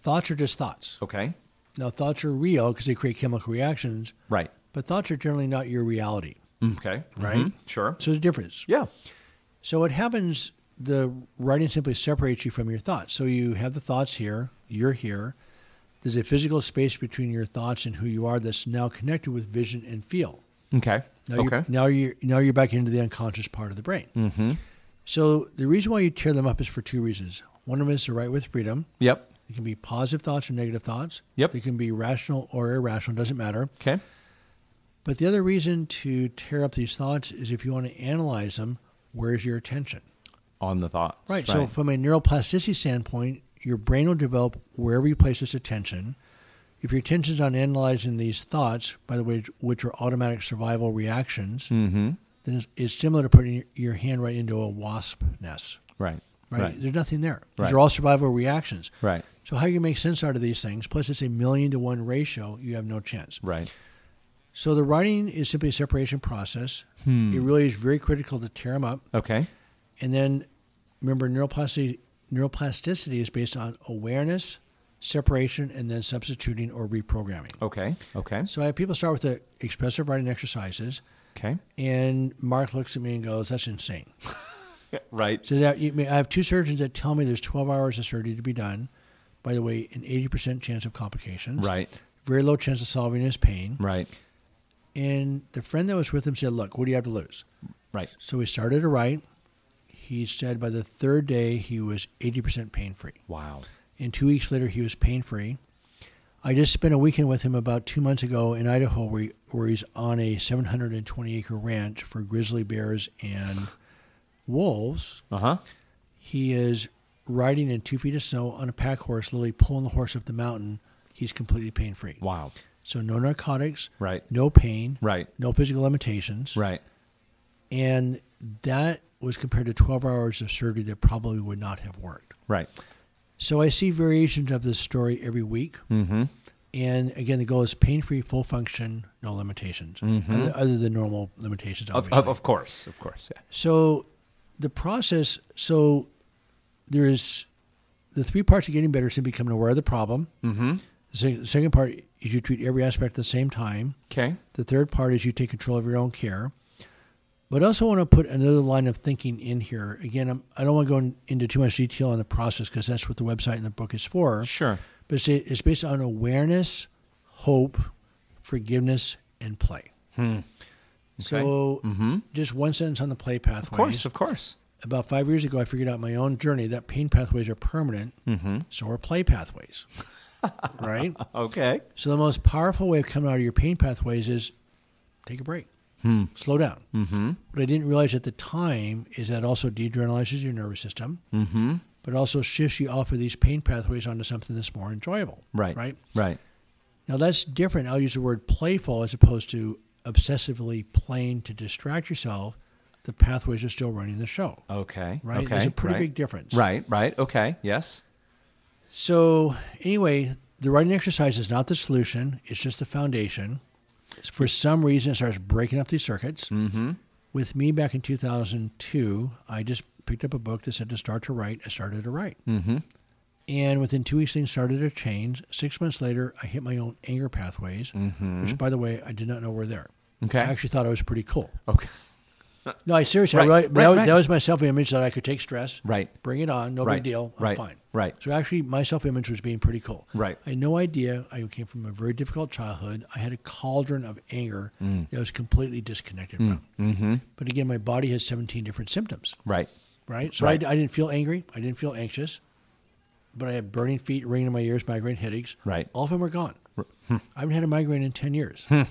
thoughts are just thoughts
Okay.
now thoughts are real because they create chemical reactions
Right.
but thoughts are generally not your reality
Okay.
Right.
Mhm. Sure.
so the difference
Yeah.
so what happens the writing simply separates you from your thoughts so you have the thoughts here you're here there's a physical space between your thoughts and who you are that's now connected with vision and feel
Okay.
Now
okay.
You're, now you're now you're back into the unconscious part of the brain. Mm-hmm. So the reason why you tear them up is for two reasons. One of them is to write with freedom.
Yep.
It can be positive thoughts or negative thoughts.
Yep.
They can be rational or irrational. Doesn't matter.
Okay.
But the other reason to tear up these thoughts is if you want to analyze them, where's your attention?
On the thoughts.
Right. So from a neuroplasticity standpoint, your brain will develop wherever you place its attention. If your attention's on analyzing these thoughts, by the way, which are automatic survival
Mm-hmm.
reactions, then it's, it's similar to putting your- your hand right into a wasp nest.
right.
right?
Right.
There's nothing there.
Right.
These are all survival reactions.
Right.
So how you make sense out of these things? Plus, it's a million to one ratio. You have no chance.
Right.
So the writing is simply a separation process.
Hmm.
It really is very critical to tear them up.
Okay.
And then remember, neuroplasticity, neuroplasticity is based on awareness, separation, and then substituting or reprogramming.
Okay. Okay.
So I have people start with the expressive writing exercises,
Okay.
and Mark looks at me and goes, "That's insane."
Right.
So that you may, I have two surgeons that tell me there's 12 hours of surgery to be done. By the way, an 80% chance of complications.
Right.
Very low chance of solving his pain.
Right.
And the friend that was with him said, "Look, what do you have to lose?"
Right.
So we started to write. He said by the third day he was 80% pain free.
Wow.
And two weeks later, he was pain free. I just spent a weekend with him about two months ago in Idaho, where, he, where he's on a 720 acre ranch for grizzly bears and wolves.
Uh huh.
He is riding in two feet of snow on a pack horse, literally pulling the horse up the mountain. He's completely pain free.
Wow.
So, no narcotics,
Right.
no pain,
Right.
no physical limitations.
Right.
And that was compared to 12 hours of surgery that probably would not have worked.
Right.
So I see variations of this story every week. Mm-hmm. And again, the goal is pain free, full function, no limitations, other, other than normal limitations,
Mm-hmm. Of,
obviously.
of of course. Of course. Yeah.
So the process, so there is the three parts of getting better is in becoming aware of the problem. Mm-hmm. The sec- second part is you treat every aspect at the same time.
Okay.
The third part is you take control of your own care. But I also want to put another line of thinking in here. Again, I'm, I don't want to go in, into too much detail on the process because that's what the website and the book is for.
Sure.
But it's, it's based on awareness, hope, forgiveness, and play.
Hmm.
So, just one sentence on the play pathways.
Mm-hmm. Of course. Of course.
About five years ago, I figured out my own journey that pain pathways are permanent,
Mm-hmm.
so are play pathways.
(laughs)
right?
Okay.
So the most powerful way of coming out of your pain pathways is take a break, slow down. Hmm. Mm-hmm. What I didn't realize at the time is that also de-adrenalizes your nervous system, mm-hmm. but also shifts you off of these pain pathways onto something that's more enjoyable.
Right.
Right.
Right.
Now that's different. I'll use the word playful as opposed to obsessively playing to distract yourself. The pathways are still running the show.
Okay.
Right?
Okay.
There's a pretty
right.
big difference.
Right. Right. Okay. Yes.
So anyway, the writing exercise is not the solution; it's just the foundation. For some reason, it starts breaking up these circuits. Mm-hmm. With me back in 2002, I just picked up a book that said to start to write. I started to write, mm-hmm. and within two weeks, things started to change. Six months later, I hit my own anger pathways, which, by the way, I did not know were there.
Okay.
I actually thought I was pretty cool.
Okay.
No, I seriously,
Right,
I really, but
right,
that, was,
right.
that was my self-image that I could take stress,
Right.
Bring it on, no
Right,
big deal, I'm
right,
fine,
right.
So actually, my self-image was being pretty cool,
Right.
I had no idea I came from a very difficult childhood. I had a cauldron of anger
Mm.
that I was completely disconnected from. Mm-hmm. But again, my body has 17 different symptoms,
Right.
right? So
Right.
I, I didn't feel angry, I didn't feel anxious, but I had burning feet, ringing in my ears, migraine headaches.
Right. hmm.
all of them are gone. I haven't had a migraine in 10 years. I,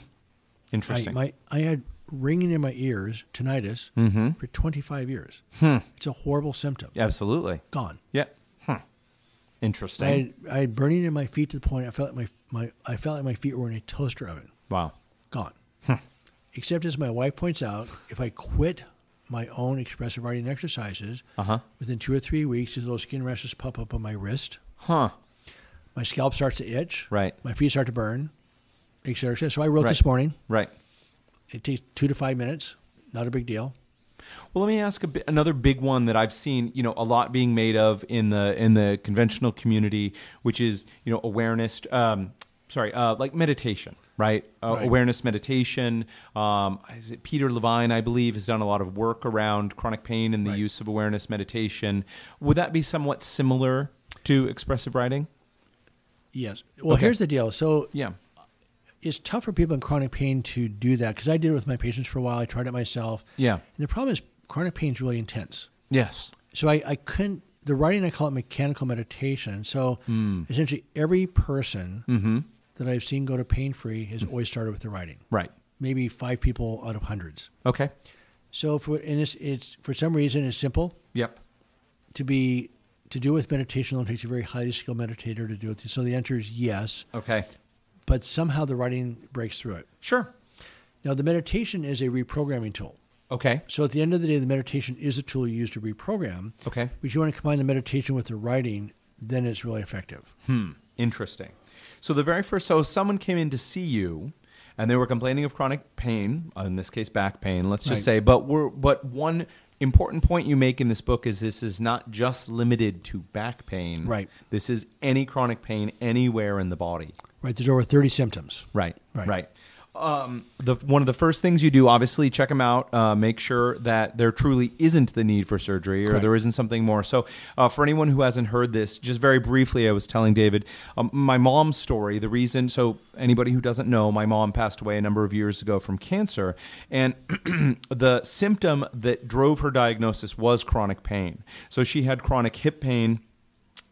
Interesting.
my, I had ringing in my ears, tinnitus,
Mm-hmm.
for 25 years.
Hmm.
It's a horrible symptom.
Absolutely.
Gone.
Yeah. Huh.
I
Interesting.
had, I had burning in my feet to the point I felt like my, my I felt like my feet were in a toaster oven.
wow.
Gone.
Hmm.
Except as my wife points out, if I quit my own expressive writing exercises,
Uh-huh.
within two or three weeks, these little skin rashes pop up on my wrist.
Huh.
My scalp starts to itch.
Right.
My feet start to burn, et cetera, et cetera. So I wrote
Right.
this morning.
Right.
It takes two to five minutes. Not a big deal.
Well, let me ask a bi- another big one that I've seen, you know, a lot being made of in the in the conventional community, which is you know awareness. Um, sorry, uh, like meditation, right? Uh,
Right.
Awareness meditation. Um, is it Peter Levine, I believe, has done a lot of work around chronic pain and the
Right.
use of awareness meditation. Would that be somewhat similar to expressive writing?
Yes. Well,
Okay.
here's the deal. So
Yeah.
it's tough for people in chronic pain to do that because I did it with my patients for a while. I tried it myself.
Yeah.
And the problem is chronic pain is really intense.
Yes.
So I, I couldn't, the writing, I call it mechanical meditation. So
Hmm.
essentially, every person
Mm-hmm.
that I've seen go to pain free has always started with the writing.
Right.
Maybe five people out of hundreds.
Okay.
So for, and it's, it's, for some reason, it's simple
Yep.
to be, to do with meditation alone takes a very highly skilled meditator to do it. So the answer is yes,
Okay.
but somehow the writing breaks through it.
Sure.
Now, the meditation is a reprogramming tool.
Okay.
So at the end of the day, the meditation is a tool you use to reprogram.
Okay.
But you want to combine the meditation with the writing, then it's really effective.
Interesting. So the very first, so someone came in to see you, and they were complaining of chronic pain, uh, in this case back pain. Let's just
Right.
say, but we're but one important point you make in this book is this is not just limited to back pain.
Right.
This is any chronic pain anywhere in the body.
Right. There's over 30 symptoms.
Right. Right.
Right.
Um, the one of the first things you do, obviously, check them out. Uh, make sure that there truly isn't the need for surgery, or
Correct.
there isn't something more. So, uh, for anyone who hasn't heard this, just very briefly, I was telling David um, my mom's story. The reason, so anybody who doesn't know, my mom passed away a number of years ago from cancer, and (clears throat) the symptom that drove her diagnosis was chronic pain. So she had chronic hip pain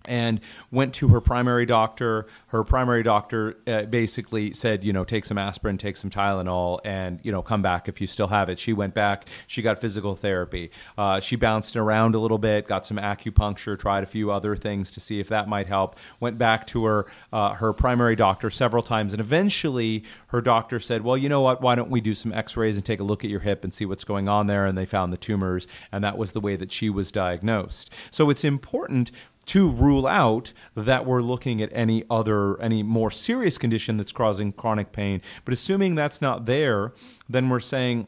and went to her primary doctor. Her primary doctor uh, basically said, you know, take some aspirin, take some Tylenol, and you know, come back if you still have it. She went back. She got physical therapy. Uh, she bounced around a little bit, got some acupuncture, tried a few other things to see if that might help. Went back to her uh, her primary doctor several times, and eventually her doctor said, well, you know what? Why don't we do some X-rays and take a look at your hip and see what's going on there? And they found the tumors, and that was the way that she was diagnosed. So it's important to rule out that we're looking at any other any more serious condition that's causing chronic pain but assuming that's not there then we're saying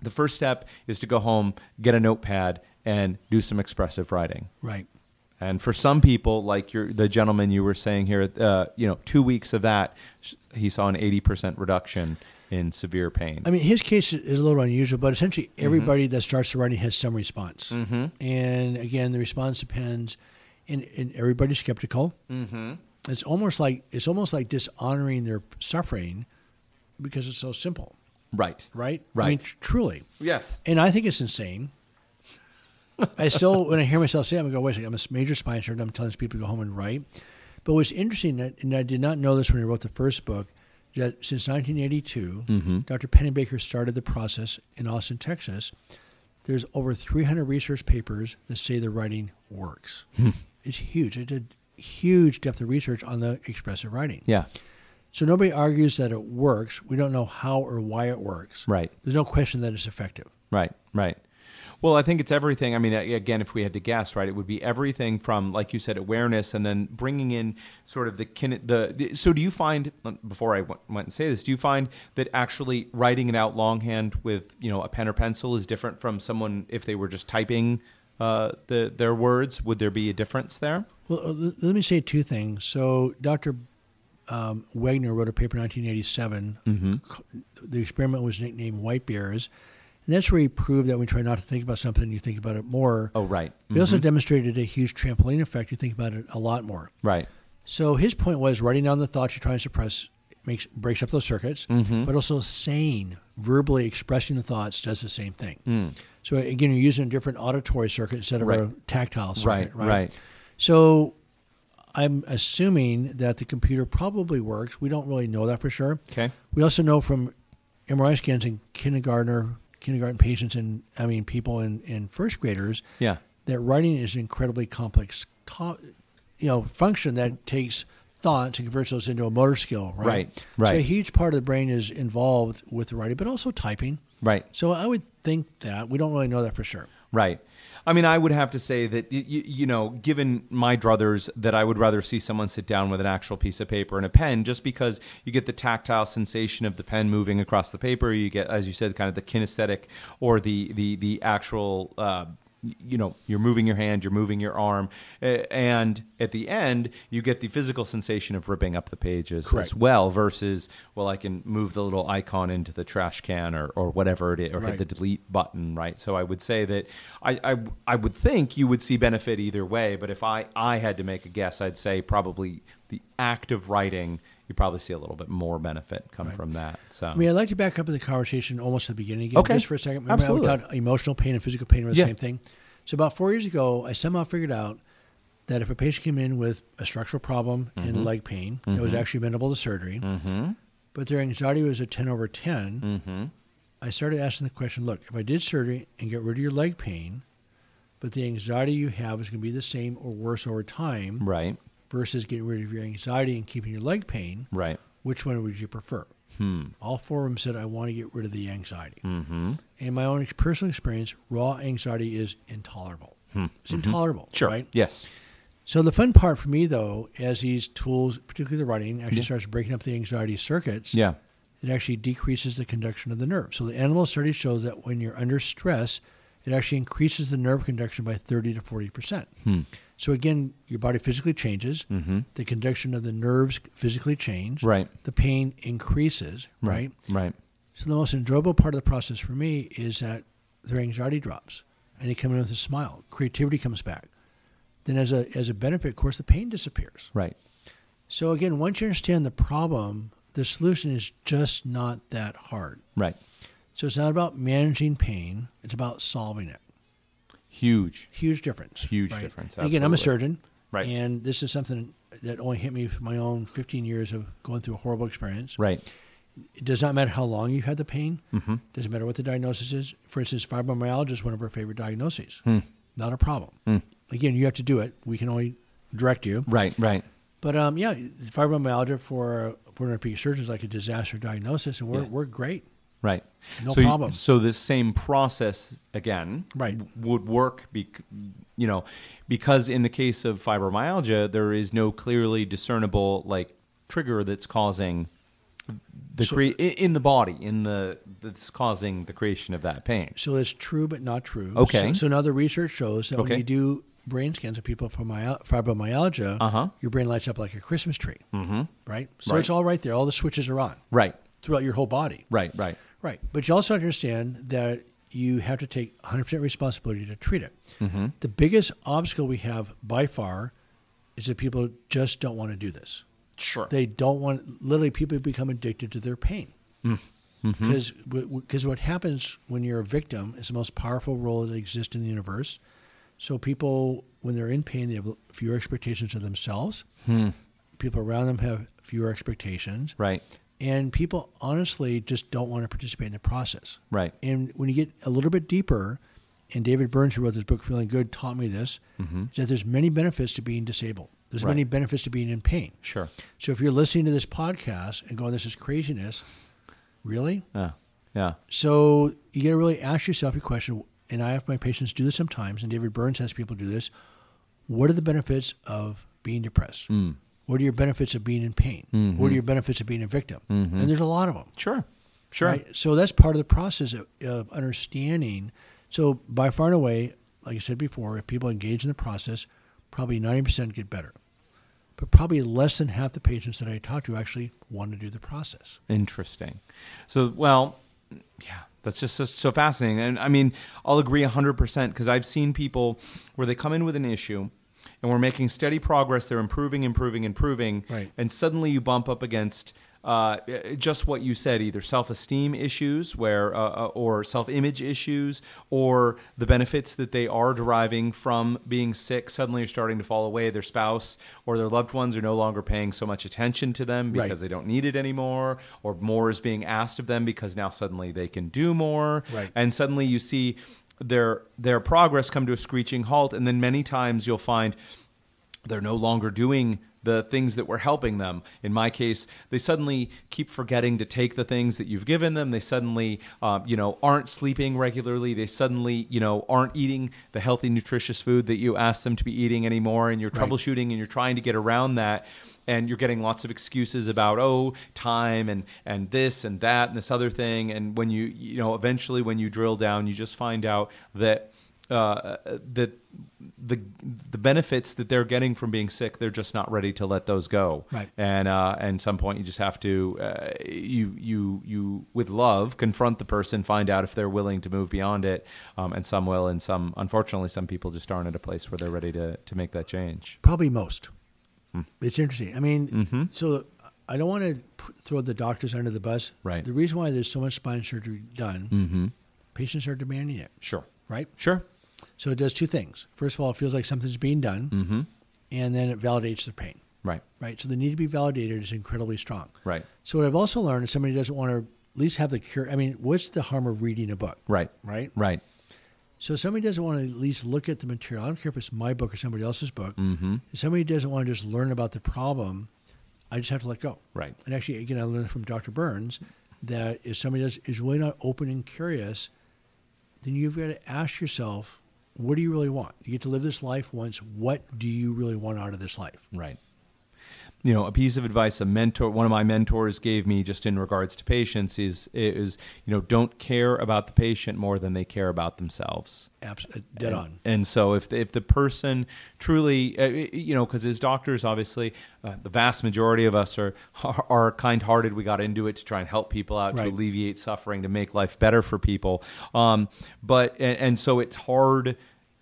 the first step is to go home get a notepad and do some expressive writing
Right.
and for some people like your the gentleman you were saying here uh, you know 2 weeks of that sh- he saw an 80% reduction in severe pain
I mean, his case is a little unusual, but essentially
Mm-hmm.
everybody that starts the writing has some response. And again, the response depends, and, and everybody's skeptical. Mm-hmm. It's almost like it's almost like dishonoring their suffering because it's so simple,
right
right? I mean,
Right.
tr- truly.
yes
And I think it's insane. I still, (laughs) when I hear myself say, it, I'm going to go, wait a second, I'm a major spine surgeon. I'm telling these people to go home and write. But what's interesting, that- and I did not know this when I wrote the first book, that since 1982,
Mm-hmm.
Dr. Pennybaker started the process in Austin, Texas. There's over 300 research papers that say the writing works.
Hmm.
It's huge. It did huge depth of research on the expressive writing.
yeah
So nobody argues that it works. We don't know how or why it works.
Right.
There's no question that it's effective.
Right, right. Well, I think it's everything. I mean, a- again, if we had to guess, right, it would be everything from, like you said, awareness, and then bringing in sort of the kin- the. the so, do you find before I went, went and say this, do you find that actually writing it out longhand with you know a pen or pencil is different from someone if they were just typing uh, the their words? Would there be a difference there?
Well, uh, l- let me say two things. So, Dr. Um, Wagner wrote a paper in 1987.
Mm-hmm.
C- The experiment was nicknamed White Bears. And that's where he proved that when you try not to think about something, you think about it more.
Oh, right,
He also demonstrated a huge trampoline effect. You think about it a lot more.
right,
So his point was writing down the thoughts you're trying to suppress makes breaks up those circuits,
Mm-hmm.
but also saying verbally expressing the thoughts does the same thing. So again, you're using a different auditory circuit instead of a
Mm. Right.
tactile circuit,
Right, right.
So I'm assuming that the computer probably works. We don't really know that for sure.
Okay.
We also know from MRI scans in kindergartner kindergarten patients and I mean people in, in first graders
yeah,
that writing is an incredibly complex, co- you know, function that takes thoughts and converts those into a motor skill. Right.
Right, right.
So a huge part of the brain is involved with the writing, but also typing.
right.
So I would think that we don't really know that for sure.
Right. I mean, I would have to say that, y- y- you know, given my druthers, that I would rather see someone sit down with an actual piece of paper and a pen just because you get the tactile sensation of the pen moving across the paper. You get, as you said, kind of the kinesthetic or the, the, the actual, uh, y- you know, you're moving your hand, you're moving your arm. uh, And at the end, you get the physical sensation of ripping up the pages as
Correct.
well versus, well, I can move the little icon into the trash can or, or whatever it is or hit
Right.
the delete button, right? So I would say that I, I I would think you would see benefit either way, but if I I had to make a guess, I'd say probably the act of writing, you probably see a little bit more benefit come from that. So
I mean, I'd like to back up in the conversation almost at the beginning again,
Okay.
just for a second. Remember
Absolutely.
how we talked emotional pain and physical pain were the
Yeah.
same thing? So about four years ago, I somehow figured out that if a patient came in with a structural problem
Mm-hmm.
and leg pain that was actually amenable to surgery, but their anxiety was a 10 over 10,
Mm-hmm.
I started asking the question, look, if I did surgery and get rid of your leg pain, but the anxiety you have is going to be the same or worse over time
right,
versus getting rid of your anxiety and keeping your leg pain,
right.
which one would you prefer? All four of them said, I want to get rid of the anxiety. Mm-hmm. And my own ex- personal experience, raw anxiety is intolerable. It's intolerable,
Sure.
right?
Yes.
So the fun part for me, though, as these tools, particularly the writing, actually starts breaking up the anxiety circuits,
Yeah.
it actually decreases the conduction of the nerve. So the animal study shows that when you're under stress, it actually increases the nerve conduction by 30 to 40%. So again, your body physically changes, the conduction of the nerves physically change,
Right.
the pain increases, right?
Right.
So the most enjoyable part of the process for me is that their anxiety drops and they come in with a smile. Creativity comes back. Then as a as a benefit, of course, the pain disappears.
Right.
So again, once you understand the problem, the solution is just not that hard.
Right.
So it's not about managing pain, it's about solving it.
Huge.
Huge difference.
Huge difference,
And Again, I'm a
absolutely.
surgeon.
Right.
And this is something that only hit me for my own 15 years of going through a horrible experience.
Right. Mm-hmm.
It does not matter how long you've had the pain. Doesn't matter what the diagnosis is. For instance, fibromyalgia is one of our favorite diagnoses.
Hmm.
Not a problem. Again, you have to do it. We can only direct you.
Right. Right.
But um, yeah, fibromyalgia for for an orthopedic surgeon is like a disaster diagnosis, and we're
Yeah.
we're great.
Right.
No
so you-
problem.
so this same process again,
Right.
would work. Be, you know, because in the case of fibromyalgia, there is no clearly discernible like trigger that's causing the
So-
crea- i- in the body in the that's causing the creation of that pain.
So it's true, but not true.
Okay.
So, so now the research shows that
Okay.
when you do brain scans of people for my, fibromyalgia,
Uh-huh.
your brain lights up like a Christmas tree. Mm-hmm. Right. So
Right.
it's all right there. All the switches are on
Right.
throughout your whole body.
Right. Right.
Right. But you also understand that you have to take 100% responsibility to treat it.
Mm-hmm.
The biggest obstacle we have by far is that people just don't want to do this.
Sure.
They don't want, literally, people become addicted to their pain.
Mm. Mm-hmm.
Because what happens when you're a victim is the most powerful role that exists in the universe. So people, when they're in pain, they have fewer expectations of themselves. People around them have fewer expectations.
Hmm. right.
And people honestly just don't want to participate in the process.
Right.
And when you get a little bit deeper, and David Burns, who wrote this book, Feeling Good, taught me this, is that there's many benefits to being disabled. There's
Mm-hmm. Right.
many benefits to being in pain.
Sure.
So if you're listening to this podcast and going, this is craziness, really?
Yeah. Uh, Yeah.
So you got to really ask yourself your question, and I have my patients do this sometimes, and David Burns has people do this. What are the benefits of being depressed? What are your benefits of being in pain? What are your benefits of being a victim? And there's a lot of them.
Sure. Sure.
Right? So that's part of the process of, of understanding. So by far and away, like I said before, if people engage in the process, probably 90% get better. But probably less than half the patients that I talk to actually want to do the process.
Interesting. So, well, yeah, that's just so, so fascinating. And I mean, I'll agree 100% because I've seen people where they come in with an issue and we're making steady progress. They're improving, improving, improving.
Right.
And suddenly you bump up against. Uh, just what you said, either self-esteem issues, where uh, uh, or self-image issues, or the benefits that they are deriving from being sick suddenly are starting to fall away. Their spouse or their loved ones are no longer paying so much attention to them because
Right.
they they don't need it anymore, or more is being asked of them because now suddenly they can do more.
Right.
And suddenly you see their their progress come to a screeching halt, and then many times you'll find they're no longer doing the things that were helping them. In my case, they suddenly keep forgetting to take the things that you've given them. They suddenly, um, you know, aren't sleeping regularly. They suddenly, you know, aren't eating the healthy, nutritious food that you asked them to be eating anymore. And you're
Right.
troubleshooting and you're trying to get around that. And you're getting lots of excuses about oh time and and this and that and this other thing. And when you you know eventually when you drill down, you just find out that uh, that the the benefits that they're getting from being sick, they're just not ready to let those go.
Right.
And uh, and some point you just have to uh, you you you with love confront the person, find out if they're willing to move beyond it. Um, and some will, and some unfortunately, some people just aren't at a place where they're ready to to make that change.
Probably most.
Hmm.
It's interesting. I mean,
Mm-hmm.
so I don't want to p- throw the doctors under the bus.
Right. Mm-hmm.
The reason why there's so much spine surgery done, patients are demanding it,
Sure.
right?
Sure.
So it does two things. First of all, it feels like something's being done,
Mm-hmm.
and then it validates the pain,
Right.
right? So the need to be validated is incredibly strong.
Right.
So what I've also learned is somebody doesn't want to at least have the cure. I mean, what's the harm of reading a book?
Right.
Right.
Right.
So if somebody doesn't want to at least look at the
Mm-hmm.
material. I don't care if it's my book or somebody else's book. If somebody doesn't want to just learn about the problem, I just have to let go.
Right.
And actually, again, I learned from Dr. Burns that if somebody does, is really not open and curious, then you've got to ask yourself, what do you really want? You get to live this life once. What do you really want out of this life?
Right. You know, a piece of advice a mentor, one of my mentors gave me just in regards to patients is is you know don't care about the patient more than they care about themselves.
Abs- uh, dead
and,
on.
And so if the, if the person truly, uh, you know, because as doctors, obviously, uh, the vast majority of us are (laughs) are, are kind hearted. We got into it to try and help people out,
Right.
to alleviate suffering, to make life better for people. Um, but and, and so it's hard.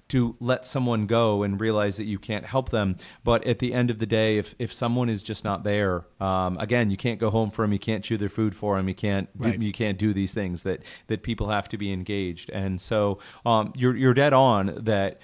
To let someone go and realize that you can't help them, but at the end of the day, if if someone is just not there, um, again, you can't go home for them, you can't chew their food for them, you can't do-
Right.
you can't do these things that that people have to be engaged and so um, you're you're dead on that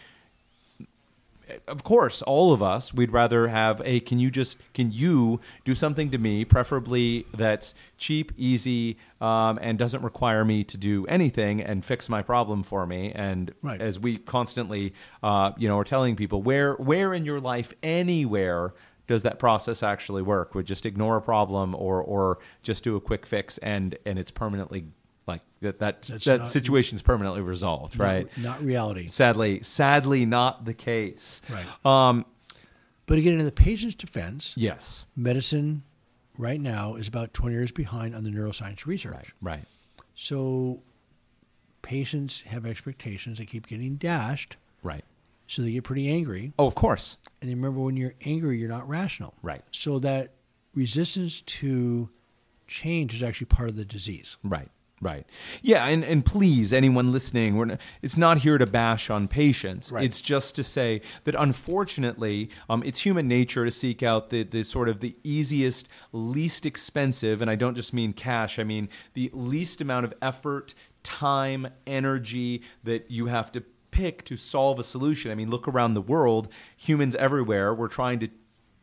of course all of us we'd rather have a can you just can you do something to me preferably that's cheap easy um, and doesn't require me to do anything and fix my problem for me and
Right.
as we constantly uh, you know are telling people where where in your life anywhere does that process actually work would just ignore a problem or or just do a quick fix and and it's permanently like that that,
That's
that
not-
situation's permanently resolved right
Not, not reality.
sadly sadly not the case
Right.
um
But again, in the patient's defense,
yes
medicine right now is about 20 years behind on the neuroscience research.
right right
So patients have expectations that keep getting dashed,
right
so they get pretty angry.
oh of course
And remember, when you're angry, you're not rational.
Right.
So that resistance to change is actually part of the disease.
Right. Right. Yeah, and, and please, anyone listening, we're not, it's not here to bash on patients.
Right.
It's just to say that unfortunately, um, it's human nature to seek out the, the sort of the easiest, least expensive, and I don't just mean cash, I mean the least amount of effort, time, energy that you have to pick to solve a solution. I mean, look around the world, humans everywhere, we're trying to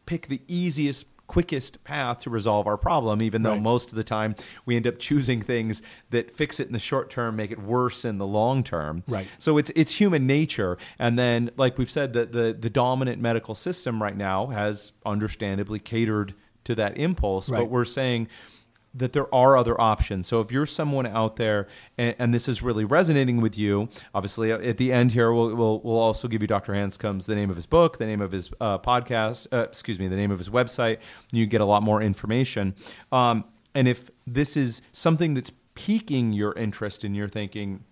pick the easiest quickest path to resolve our problem even though
Right.
most of the time we end up choosing things that fix it in the short term make it worse in the long term
Right.
so it's it's human nature and then like we've said that the the dominant medical system right now has understandably catered to that impulse
Right.
but we're saying that there are other options. So if you're someone out there and, and this is really resonating with you, obviously uh, at the end here we'll we'll, we'll also give you Dr. Hanscom's the name of his book, the name of his uh, podcast, uh, excuse me, the name of his website. You get a lot more information. Um, and if this is something that's piquing your interest and you're thinking,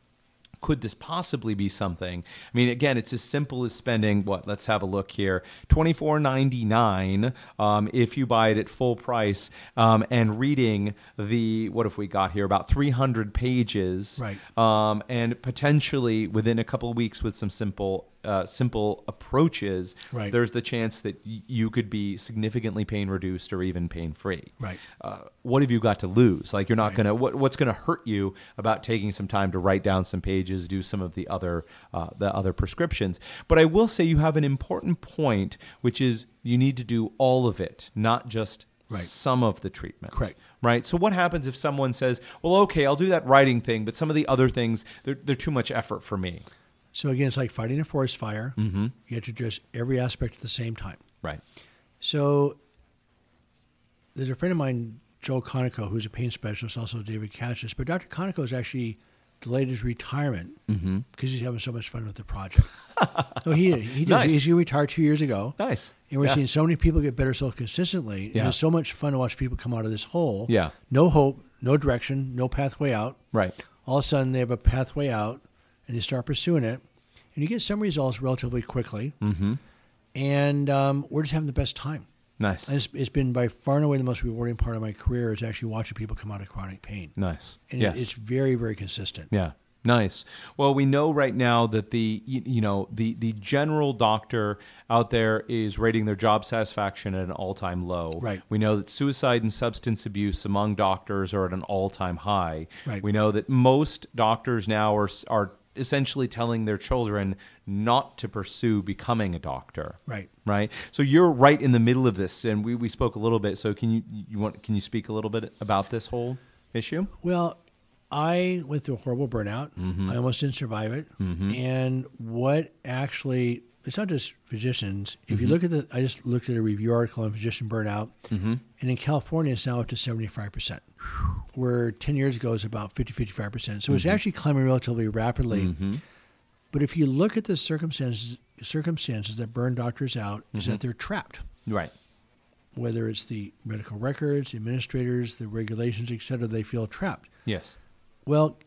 could this possibly be something? I mean, again, it's as simple as spending what? Let's have a look here. Twenty four ninety nine um, if you buy it at full price, um, and reading the what have we got here? About three hundred pages,
Right.
Um, and potentially within a couple of weeks with some simple. Uh, simple approaches,
Right.
there's the chance that y- you could be significantly pain reduced or even pain free
Right.
uh, what have you got to lose? Like you're not gonna what, what's gonna hurt you about taking some time to write down some pages, do some of the other uh, the other prescriptions. But I will say you have an important point, which is you need to do all of it, not just
Right.
some of the treatment.
Correct.
Right. So what happens if someone says, "Well, okay, I'll do that writing thing, but some of the other things they're they're too much effort for me."
So again, it's like fighting a forest fire. Mm-hmm. You have to address every aspect at the same time.
Right.
So there's a friend of mine, Joel Conico, who's a pain specialist, also David Cassius. But Dr. Conico has actually delayed his retirement
Mm-hmm.
because he's having so much fun with
(laughs)
the project. so he he did,
Nice.
he's he retired two years ago.
Nice.
And we're
Yeah.
seeing so many people get better so consistently. And
Yeah.
it's so much fun to watch people come out of this hole.
Yeah.
No hope, no direction, no pathway out.
Right.
All of a sudden, they have a pathway out and they start pursuing it. And you get some results relatively quickly. Mm-hmm. And um, we're just having the best time.
Nice.
And It's, it's been by far and away the most rewarding part of my career is actually watching people come out of chronic pain.
Nice.
And
Mm. Yes.
it, it's very, very consistent.
Yeah. Nice. Well, we know right now that the y- you know the the general doctor out there is rating their job satisfaction at an all-time low.
Right.
We know that suicide and substance abuse among doctors are at an all-time high.
Right.
We know that most doctors now are s- are essentially telling their children not to pursue becoming a doctor.
Right.
Right. So you're right in the middle of this and we, we spoke a little bit. So can you you want can you speak a little bit about this whole issue?
Well, I went through a horrible burnout. I almost didn't survive it. And what actually it's not just physicians. If you look at the, I just looked at a review article on physician burnout, and in California, it's now up to 75%, where 10 years ago it was about 50, 55%. So it's actually climbing relatively rapidly. But if you look at the circumstances, circumstances that burn doctors out, is that they're trapped
Right.
whether it's the medical records, the administrators, the regulations, et cetera, they feel trapped.
Yes.
Well,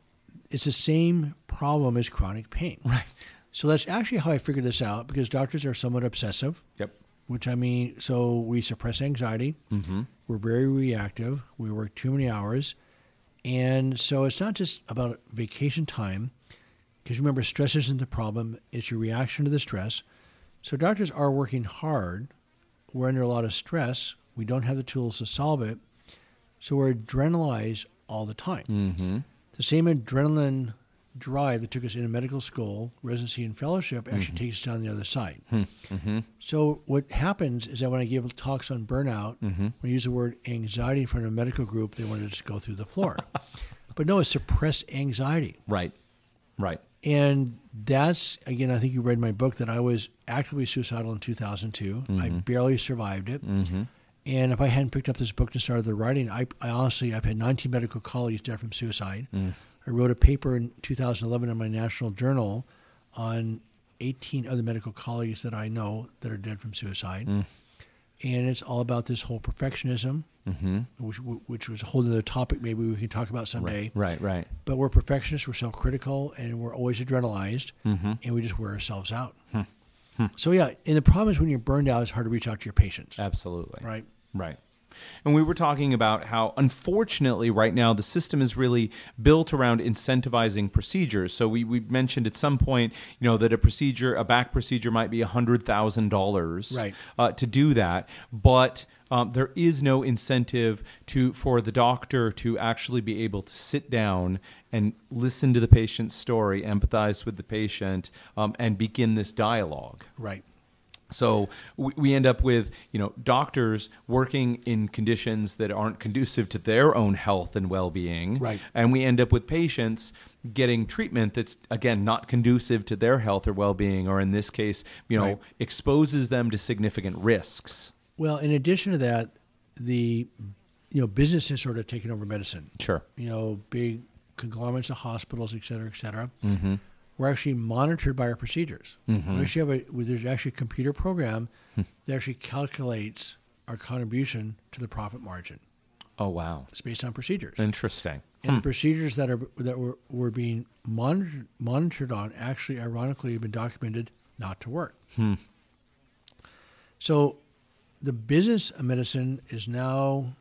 it's the same problem as chronic pain. Right. So that's actually how I figured this out because doctors are somewhat obsessive,
Yep.
which I mean, so we suppress anxiety. Mm-hmm. We're very reactive. We work too many hours. And so it's not just about vacation time because remember, stress isn't the problem, it's your reaction to the stress. So doctors are working hard. We're under a lot of stress. We don't have the tools to solve it. So we're adrenalized all the time. Mm-hmm. The same adrenaline drive that took us into medical school, residency, and fellowship actually takes us down the other side. So what happens is that when I give talks on burnout, when I use the word anxiety in front of a medical group, they want to just go through the floor. but no, it's suppressed anxiety.
Right. Right.
And that's, again, I think you read my book that I was actively suicidal in 2002. I
Mm-hmm.
barely survived it. And if I hadn't picked up this book and started the writing, I, I honestly, I've had 19 medical colleagues die from suicide.
Mm.
I wrote a paper in 2011 in my national journal on 18 other medical colleagues that I know that are dead from suicide.
Mm.
And it's all about this whole perfectionism,
Mm-hmm.
which, which was a whole other topic maybe we can talk about someday
Right. Right.
but we're perfectionists, we're self critical, and we're always adrenalized, and we just wear ourselves out. So, yeah, and the problem is when you're burned out, it's hard to reach out to your patients,
Absolutely.
right?
Right. And we were talking about how, unfortunately, right now the system is really built around incentivizing procedures. So we, we mentioned at some point, you know, that a procedure, a back procedure, might be hundred thousand dollars
Right.
uh, to do that, but um, there is no incentive to for the doctor to actually be able to sit down and listen to the patient's story, empathize with the patient, um, and begin this dialogue.
Right.
So we, we end up with you know doctors working in conditions that aren't conducive to their own health and well-being,
Right.
And we end up with patients getting treatment that's again not conducive to their health or well-being, or in this case, you know,
Right.
exposes them to significant risks.
Well, in addition to that, the you know business has sort of taken over medicine.
Sure.
You know, big conglomerates of hospitals, et cetera, et cetera. Mm-hmm. We're actually monitored by our procedures. We actually have a, there's actually a computer program that actually calculates our contribution to the profit margin.
Oh wow,
It's based on procedures.
interesting.
and the procedures that are that were, were being monitored monitored on actually ironically have been documented not to work. So the business of medicine is now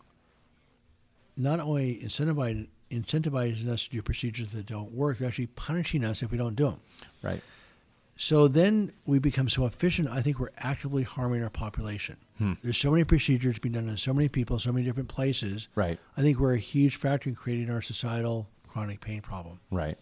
not only incentivizing incentivizing us to do procedures that don't work, they're actually punishing us if we don't do them.
Right.
So then we become so efficient, I think we're actively harming our population.
Hmm.
There's so many procedures being done on so many people, so many different places.
Right.
I think we're a huge factor in creating our societal chronic pain problem.
Right.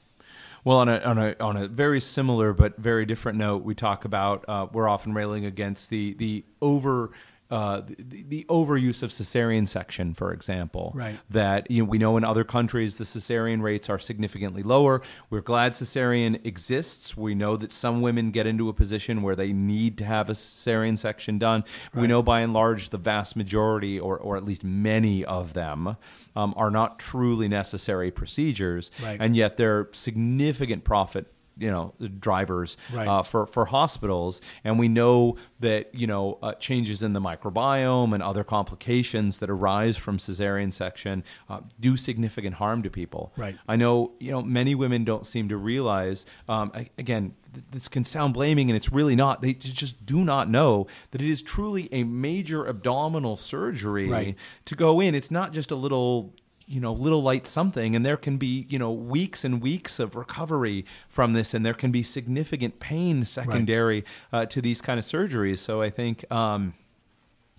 Well, on a, on a on a very similar but very different note, we talk about uh, we're often railing against the the over. Uh, the, the overuse of cesarean section, for example,
Right.
that you know, we know in other countries the cesarean rates are significantly lower. We're glad cesarean exists. We know that some women get into a position where they need to have a cesarean section done. We know by and large the vast majority, or, or at least many of them, um, are not truly necessary procedures,
Right.
and yet they're significant profit you know drivers
Right.
uh, for for hospitals and we know that you know uh, changes in the microbiome and other complications that arise from cesarean section uh, do significant harm to people
Right.
i know you know many women don't seem to realize um, a- again th- this can sound blaming and it's really not they j- just do not know that it is truly a major abdominal surgery
Right.
to go in. It's not just a little, you know, little light something. And there can be, you know, weeks and weeks of recovery from this. And there can be significant pain secondary uh, to these kind of surgeries. So I think, um,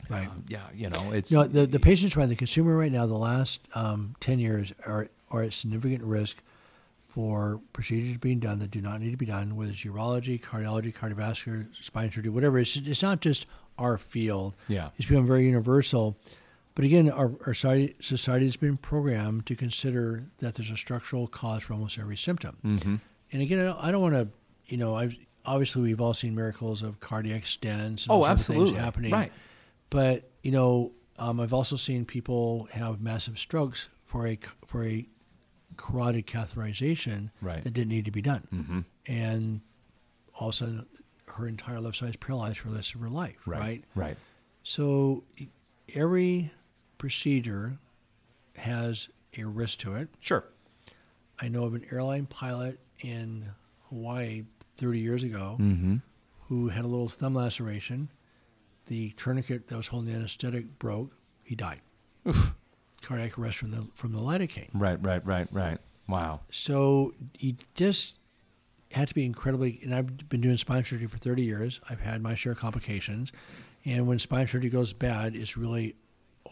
Right.
yeah, you know, it's
You know, the, the patients right, the consumer right now, the last um, 10 years are, are at significant risk for procedures being done that do not need to be done, whether it's urology, cardiology, cardiovascular, spine surgery, whatever. It's, it's not just our field.
Yeah.
It's become very universal. But again, our, our society, society has been programmed to consider
Mm-hmm.
that there's a structural cause for almost every symptom. And again, I don't, I don't want to, you know, I've, obviously we've all seen miracles of cardiac stents. And
Oh,
those other things
absolutely.
happening.
Right.
But you know, um, I've also seen people have massive strokes for a for a carotid catheterization
Right.
that didn't need to be done, mm-hmm. and all of a sudden her entire left side is paralyzed for the rest of her life. Right.
Right.
So every procedure has a risk to it.
Sure.
I know of an airline pilot in Hawaii 30 years ago who had a little thumb laceration. The tourniquet that was holding the anesthetic broke. He died. Cardiac arrest from the from the lidocaine.
Right. Right. Right. Right. Wow.
So you just had to be incredibly. And I've been doing spine surgery for 30 years. I've had my share of complications, and when spine surgery goes bad, it's really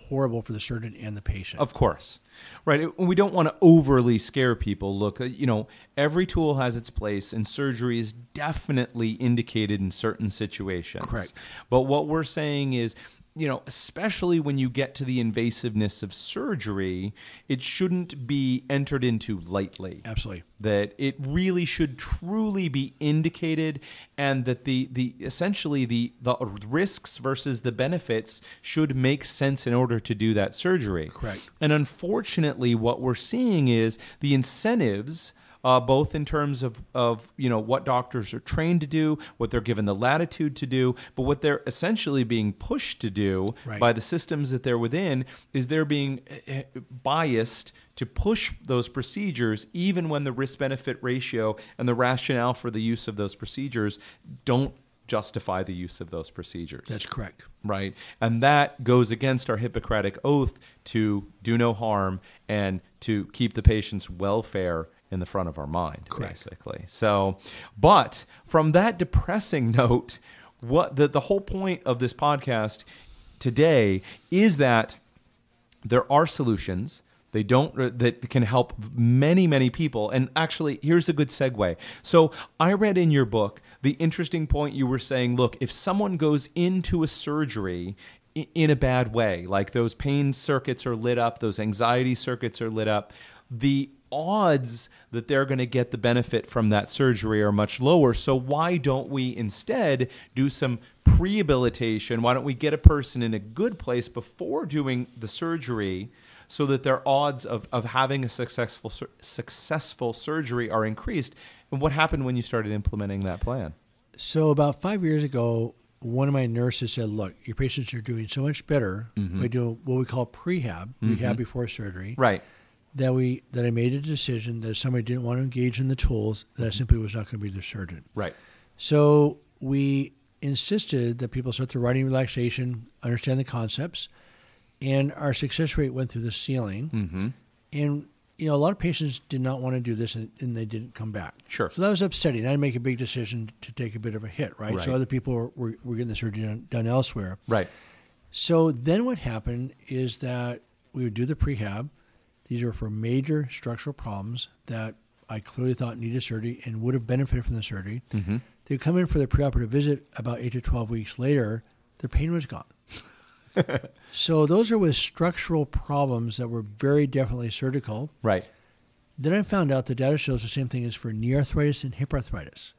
horrible for the surgeon and the patient.
Of course. Right. It- We don't want to overly scare people. Look, uh, you know, every tool has its place, and surgery is definitely indicated in certain situations.
Correct.
But what we're saying is, you know, especially when you get to the invasiveness of surgery, it shouldn't be entered into lightly.
Absolutely.
That it really should truly be indicated, and that the the essentially the the risks versus the benefits should make sense in order to do that surgery.
Correct.
And unfortunately, what we're seeing is the incentives. Uh, both in terms of, of you know what doctors are trained to do, what they're given the latitude to do, but what they're essentially being pushed to do
Right.
by the systems that they're within is they're being eh, eh, biased to push those procedures, even when the risk benefit ratio and the rationale for the use of those procedures don't justify the use of those procedures
That's correct.
right? And that goes against our Hippocratic oath to do no harm and to keep the patient's welfare in the front of our mind,
Correct.
basically. So, but from that depressing note, what the, the whole point of this podcast today is that there are solutions they don't uh, that can help many many people and actually here's a good segue so i read in your book the interesting point you were saying look if someone goes into a surgery i- in a bad way like those pain circuits are lit up those anxiety circuits are lit up the odds that they're going to get the benefit from that surgery are much lower. So why don't we instead do some prehabilitation? Why don't we get a person in a good place before doing the surgery so that their odds of, of having a successful sur- successful surgery are increased? And what happened when you started implementing that plan?
So about five years ago, one of my nurses said, "Look, your patients are doing so much better by doing what we call prehab, rehab before surgery."
Right.
That we that I made a decision that if somebody didn't want to engage in the tools, that I simply was not going to be their surgeon.
Right.
So we insisted that people start the writing relaxation, understand the concepts, and our success rate went through the ceiling. Mm-hmm. And you know, a lot of patients did not want to do this, and, and they didn't come back.
Sure.
So that was upsetting. I had to make a big decision to take a bit of a hit, right?
Right.
So other people were, were, were getting the surgery done, done elsewhere.
Right.
So then what happened is that we would do the prehab. These were for major structural problems that I clearly thought needed surgery and would have benefited from the surgery. Mm-hmm. They would come in for the preoperative visit about eight to 12 weeks later, their pain was gone. so those are with structural problems that were very definitely surgical.
Right.
Then I found out the data shows the same thing is for knee arthritis and hip arthritis.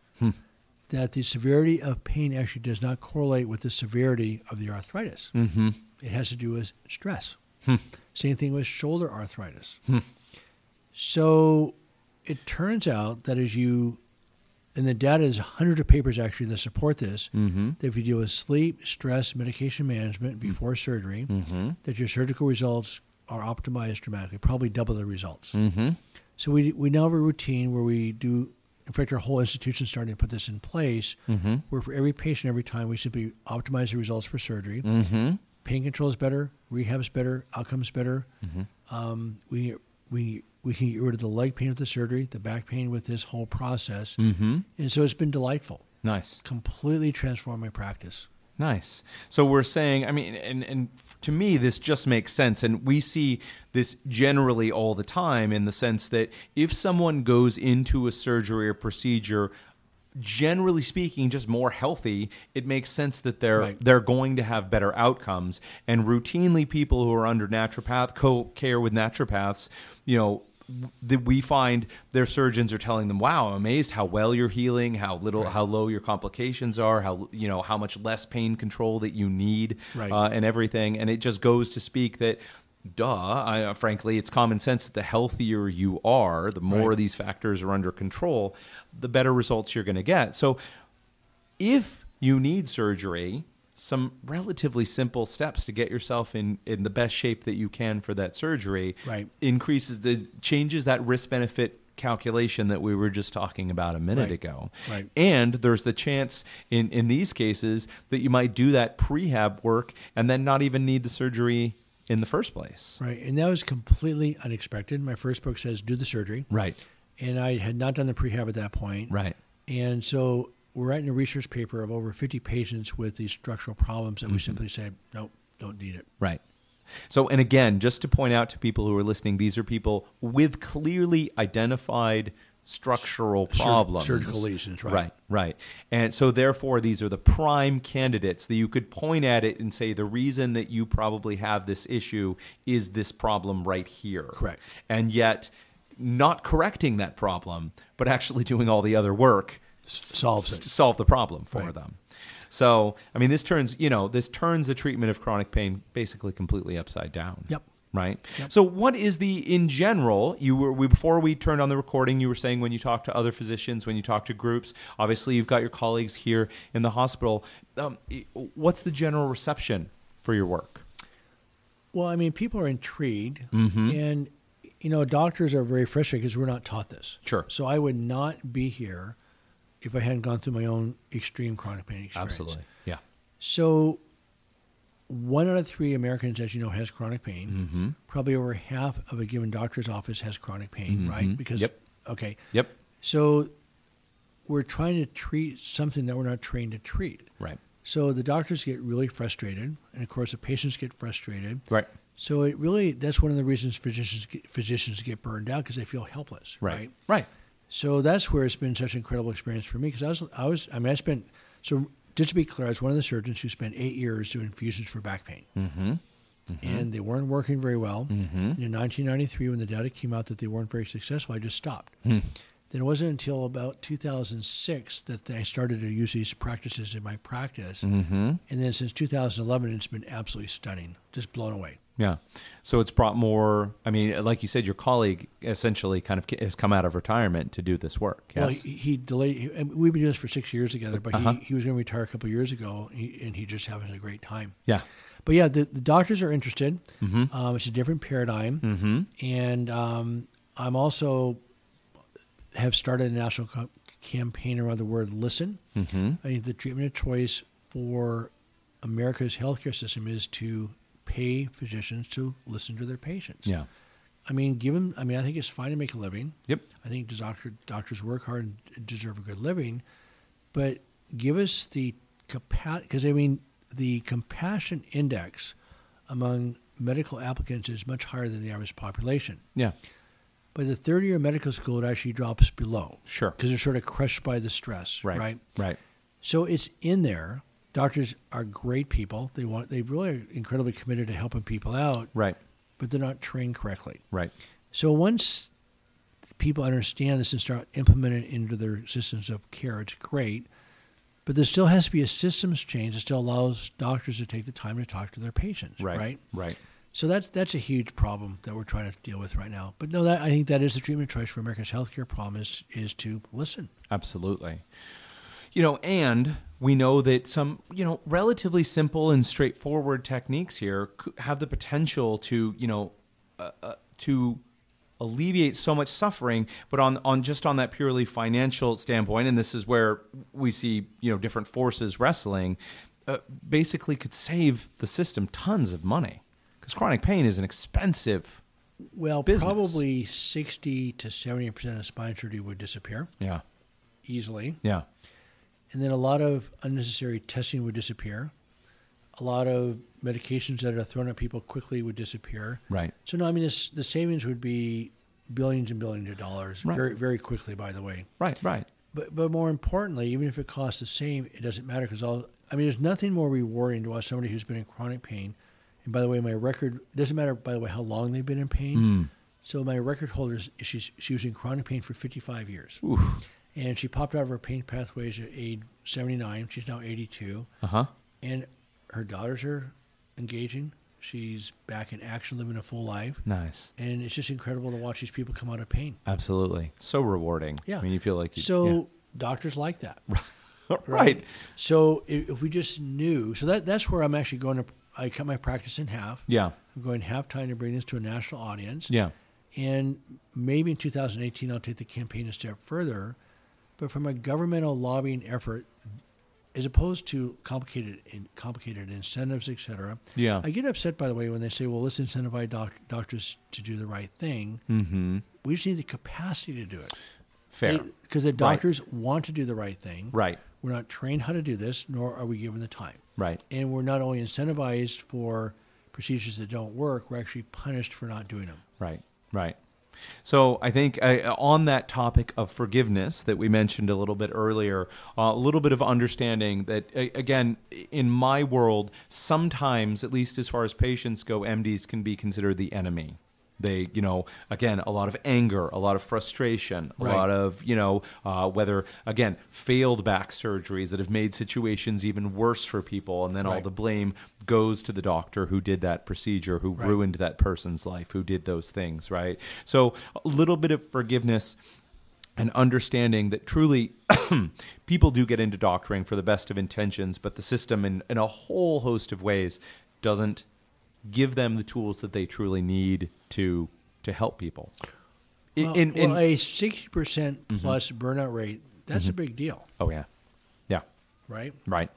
That the severity of pain actually does not correlate with the severity of the arthritis. Mm-hmm. It has to do with stress. Same thing with shoulder arthritis. So it turns out that as you, and the data is hundreds of papers actually that support this, that if you deal with sleep, stress, medication management before surgery, that your surgical results are optimized dramatically, probably double the results. So we we now have a routine where we do. In fact, our whole institution starting to put this in place, where for every patient, every time we simply optimize the results for surgery. Pain control is better, rehab is better, outcomes better. Um, we we we can get rid of the leg pain with the surgery, the back pain with this whole process, mm-hmm. and so it's been delightful.
Nice.
Completely transformed my practice.
Nice. So we're saying, I mean, and and f- to me, this just makes sense, and we see this generally all the time in the sense that if someone goes into a surgery or procedure. Generally speaking, just more healthy, it makes sense that they're
Right.
they're going to have better outcomes. And routinely, people who are under naturopath co care with naturopaths, you know, that we find their surgeons are telling them, "Wow, I'm amazed how well you're healing, how little, how low your complications are, how you know how much less pain control that you need,
Right.
uh, and everything." And it just goes to speak that, duh. I, uh, frankly, it's common sense that the healthier you are, the more
Right.
these factors are under control, the better results you're going to get. So, if you need surgery, some relatively simple steps to get yourself in, in the best shape that you can for that surgery
Right.
increases the changes that risk benefit calculation that we were just talking about a minute
Right.
ago.
Right.
And there's the chance in, in these cases that you might do that prehab work and then not even need the surgery in the first place.
Right. And that was completely unexpected. My first book says do the surgery.
Right.
And I had not done the prehab at that point.
Right.
And so we're writing a research paper of over 50 patients with these structural problems
Mm-hmm.
that we simply said, nope, don't need it.
Right. So, and again, just to point out to people who are listening, these are people with clearly identified structural
Sur-
problems,
surgical lesions, right.
Right, right. And so, therefore, these are the prime candidates that you could point at it and say, the reason that you probably have this issue is this problem right here.
Correct.
And yet, not correcting that problem, but actually doing all the other work
Solves
s-
it.
solve the problem for
Right.
them. So, I mean, this turns, you know, this turns the treatment of chronic pain basically completely upside down.
Yep.
Right. So, what is the in general? You were we, before we turned on the recording. You were saying when you talk to other physicians, when you talk to groups. Obviously, you've got your colleagues here in the hospital. Um, i- what's the general reception for your work?
Well, I mean, people are intrigued,
Mm-hmm.
and you know, doctors are very frustrated because we're not taught this.
Sure.
So I would not be here if I hadn't gone through my own extreme chronic pain experience.
Yeah.
So, one out of three Americans, as you know, has chronic pain.
Mm-hmm.
Probably over half of a given doctor's office has chronic pain, right? Because
Mm-hmm. Yep.
okay,
Yep.
so we're trying to treat something that we're not trained to treat.
Right.
So the doctors get really frustrated, and of course the patients get frustrated.
Right.
So it really that's one of the reasons physicians get, physicians get burned out because they feel helpless, right.
Right. Right.
So that's where it's been such an incredible experience for me because I was I was I mean I spent so just to be clear I was one of the surgeons who spent eight years doing infusions for back pain, mm-hmm. and they weren't working very well. And in 1993, when the data came out that they weren't very successful, I just stopped. Then it wasn't until about 2006 that I started to use these practices in my practice, mm-hmm. and then since 2011, it's been absolutely stunning, just blown away.
Yeah. So it's brought more. I mean, like you said, your colleague essentially kind of has come out of retirement to do this work. Yes. Uh-huh.
Well, he, he delayed. He, and we've been doing this for six years together, but he, he was going to retire a couple of years ago, and he, and he just having a great time.
yeah.
But yeah, the, the doctors are interested.
Mm-hmm.
Um, it's a different paradigm, and um, I'm also have started a national co- campaign around the word "listen." Mm-hmm. I think the treatment of choice for America's healthcare system is to pay physicians to listen to their patients.
Yeah.
I mean, given, I mean, I think it's fine to make a living.
Yep.
I think does doctor, doctors work hard and deserve a good living, but give us the capacity because I mean the compassion index among medical applicants is much higher than the average population.
Yeah.
By the third year of medical school, it actually drops below.
Sure.
because they're sort of crushed by the stress.
Right.
right.
Right.
So it's in there. Doctors are great people. They want they really are incredibly committed to helping people out,
Right.
but they're not trained correctly.
Right.
So once people understand this and start implementing it into their systems of care, it's great. But there still has to be a systems change that still allows doctors to take the time to talk to their patients, right?
Right. Right.
So that's that's a huge problem that we're trying to deal with right now. But no, that I think that is the treatment choice for America's healthcare problem is is to listen.
Absolutely. You know, and we know that some, you know, relatively simple and straightforward techniques here c- have the potential to, you know, uh, uh, to alleviate so much suffering, but on on just on that purely financial standpoint, and this is where we see, you know, different forces wrestling, uh, basically could save the system tons of money because chronic pain is an expensive.
Well,
Business.
probably sixty to seventy percent of spine surgery would disappear
Yeah.
easily.
Yeah.
And then a lot of unnecessary testing would disappear. A lot of medications that are thrown at people quickly would disappear.
Right.
So no, I mean this, the savings would be billions and billions of dollars
Right.
very very quickly. By the way,
Right. Right.
but but more importantly, even if it costs the same, it doesn't matter because all I mean, there's nothing more rewarding to watch somebody who's been in chronic pain. And by the way, my record it doesn't matter. By the way, how long they've been in pain. So my record holder, is- she's she was in chronic pain for 55 years,
Oof.
and she popped out of her pain pathways at age 79. She's now 82,
Uh huh.
and her daughters are engaging. She's back in action, living a full life,
Nice.
and it's just incredible to watch these people come out of pain.
Absolutely. So rewarding.
Yeah,
I mean, you feel like you.
so doctors like that.
yeah. (laughs)
Right.
right.
So i- if we just knew, so that that's where I'm actually going to. I cut my practice in half.
Yeah.
I'm going half time to bring this to a national audience.
Yeah.
And maybe in 2018, I'll take the campaign a step further. But from a governmental lobbying effort, as opposed to complicated in, complicated incentives, et cetera.
Yeah.
I get upset, by the way, when they say, well, let's incentivize doc- doctors to do the right thing. Mm-hmm. We just need the capacity to do it.
Fair.
Because the doctors want to do the right thing.
Right.
We're not trained how to do this, nor are we given the time.
Right.
And we're not only incentivized for procedures that don't work, we're actually punished for not doing them.
Right, right. So I think uh, on that topic of forgiveness that we mentioned a little bit earlier, uh, a little bit of understanding that a- again, in my world, sometimes, at least as far as patients go, MDs can be considered the enemy. They, you know, again, a lot of anger, a lot of frustration, a
Right.
lot of, you know, uh, whether again failed back surgeries that have made situations even worse for people, and then all
Right.
the blame goes to the doctor who did that procedure, who
Right.
ruined that person's life, who did those things, right? So a little bit of forgiveness and understanding that truly (clears throat) people do get into doctoring for the best of intentions, but the system in, in a whole host of ways doesn't give them the tools that they truly need to to help people. In-
Well,
in- in- Mm-hmm.
well, a sixty percent plus burnout rate—that's a big deal,
oh yeah. Yeah.
right?
Right.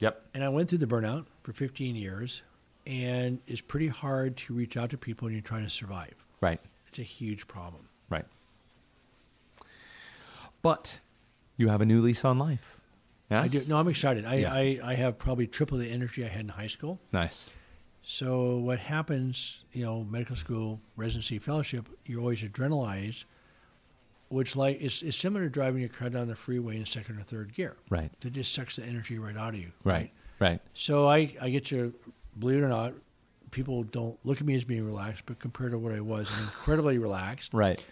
Yep.
And I went through the burnout for fifteen years, and it's pretty hard to reach out to people when you're trying to survive.
Right.
It's a huge problem.
Right. But you have a new lease on life. Yes?
I do. No, I'm excited. I,
Yeah.
I, I have probably triple the energy I had in high school.
Nice.
So what happens, you know, medical school, residency, fellowship, you're always adrenalized, which like it's, it's similar to driving your car down the freeway in second or third gear.
Right.
That just sucks the energy right out of you.
Right. Right.
So I, I get to believe it or not, people don't look at me as being relaxed, but compared to what I was, I'm incredibly relaxed.
Right.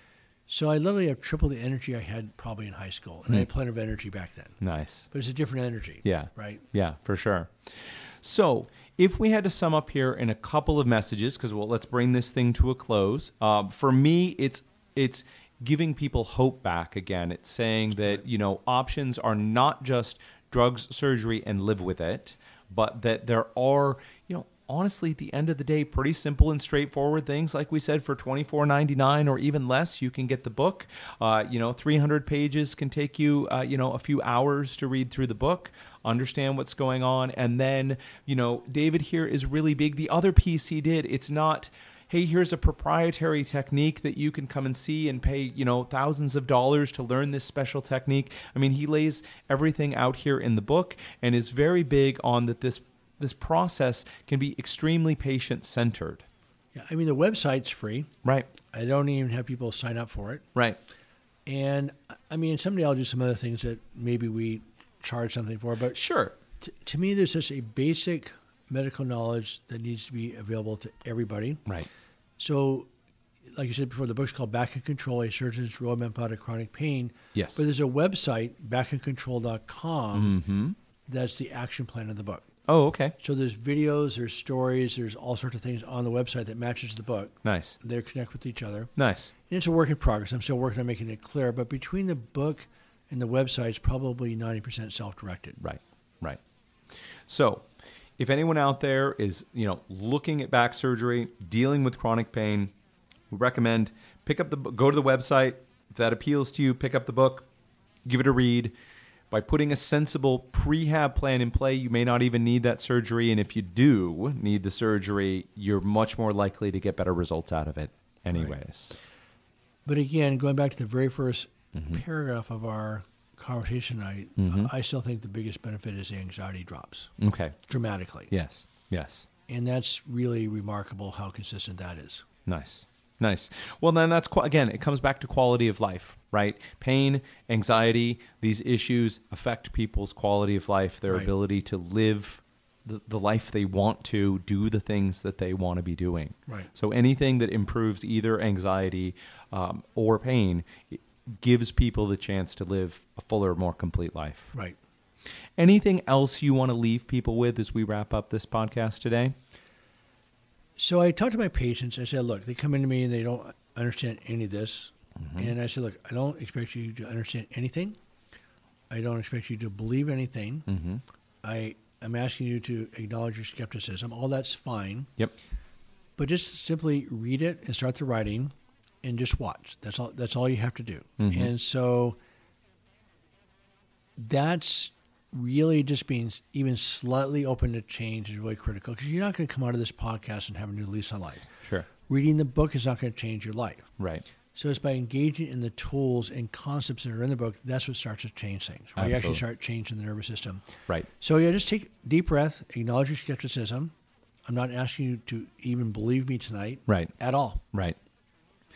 So I literally have triple the energy I had probably in high school, and I had plenty of energy back then.
Nice.
But it's a different energy.
Hmm. Yeah.
Right.
Yeah, for sure. So, if we had to sum up here in a couple of messages, because well, let's bring this thing to a close. Uh, for me, it's it's giving people hope back again. It's saying that you know options are not just drugs, surgery, and live with it, but that there are you know honestly at the end of the day pretty simple and straightforward things like we said for 24.99 or even less you can get the book uh, you know 300 pages can take you uh, you know a few hours to read through the book understand what's going on and then you know david here is really big the other piece he did it's not hey here's a proprietary technique that you can come and see and pay you know thousands of dollars to learn this special technique i mean he lays everything out here in the book and is very big on that this this process can be extremely patient centered.
Yeah. I mean, the website's free.
Right.
I don't even have people sign up for it.
Right.
And I mean, someday I'll do some other things that maybe we charge something for. But
Sure.
t- to me, there's just a basic medical knowledge that needs to be available to everybody.
Right.
So, like you said before, the book's called Back in Control A Surgeon's Roadmap Out of Chronic Pain.
Yes.
But there's a website, backincontrol.com, mm that's the action plan of the book.
Oh, okay.
So there's videos, there's stories, there's all sorts of things on the website that matches the book.
Nice.
They connect with each other.
Nice.
And it's a work in progress. I'm still working on making it clear, but between the book and the website, it's probably 90% self directed.
Right. Right. So, if anyone out there is, you know, looking at back surgery, dealing with chronic pain, we recommend pick up the bu- go to the website. If that appeals to you, pick up the book, give it a read. By putting a sensible prehab plan in play, you may not even need that surgery. And if you do need the surgery, you're much more likely to get better results out of it, anyways.
But again, going back to the very 1st paragraph of our conversation tonight, I still think the biggest benefit is anxiety drops
Okay.
dramatically.
Yes. Yes.
And that's really remarkable how consistent that is.
Nice. Nice. Well, then that's qua- again, it comes back to quality of life, right? Pain, anxiety, these issues affect people's quality of life, their
Right.
ability to live the, the life they want to, do the things that they want to be doing.
Right.
So anything that improves either anxiety um, or pain it gives people the chance to live a fuller, more complete life.
Right.
Anything else you want to leave people with as we wrap up this podcast today?
So I talked to my patients. I said, look, they come into me and they don't understand any of this. And I said, look, I don't expect you to understand anything. I don't expect you to believe anything. I am asking you to acknowledge your skepticism. All that's fine.
Yep.
But just simply read it and start the writing and just watch. That's all that's all you have to do. And so that's really just being even slightly open to change is really critical because you're not going to come out of this podcast and have a new lease on life.
Sure.
Reading the book is not going to change your life.
Right.
So it's by engaging in the tools and concepts that are in the book that's what starts to change things. Where you
Absolutely.
actually start changing the nervous system.
Right.
So yeah, just take a deep breath, acknowledge your skepticism. I'm not asking you to even believe me tonight.
Right.
At all.
Right.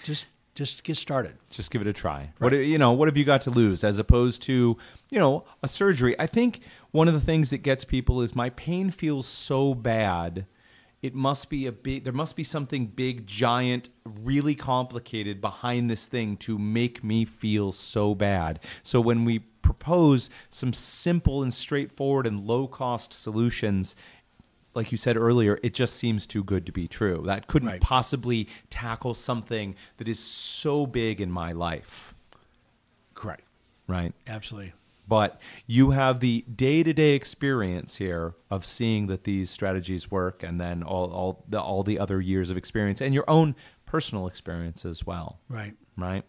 Just just get started.
just give it a try. What you know, what have you got to lose as opposed to, you know, a surgery? I think one of the things that gets people is my pain feels so bad. It must be a big there must be something big, giant, really complicated behind this thing to make me feel so bad. So when we propose some simple and straightforward and low-cost solutions, like you said earlier, it just seems too good to be true. That couldn't
Right.
possibly tackle something that is so big in my life,
Correct.
right?
Absolutely.
But you have the day to day experience here of seeing that these strategies work, and then all all the, all the other years of experience and your own personal experience as well
Right.
right?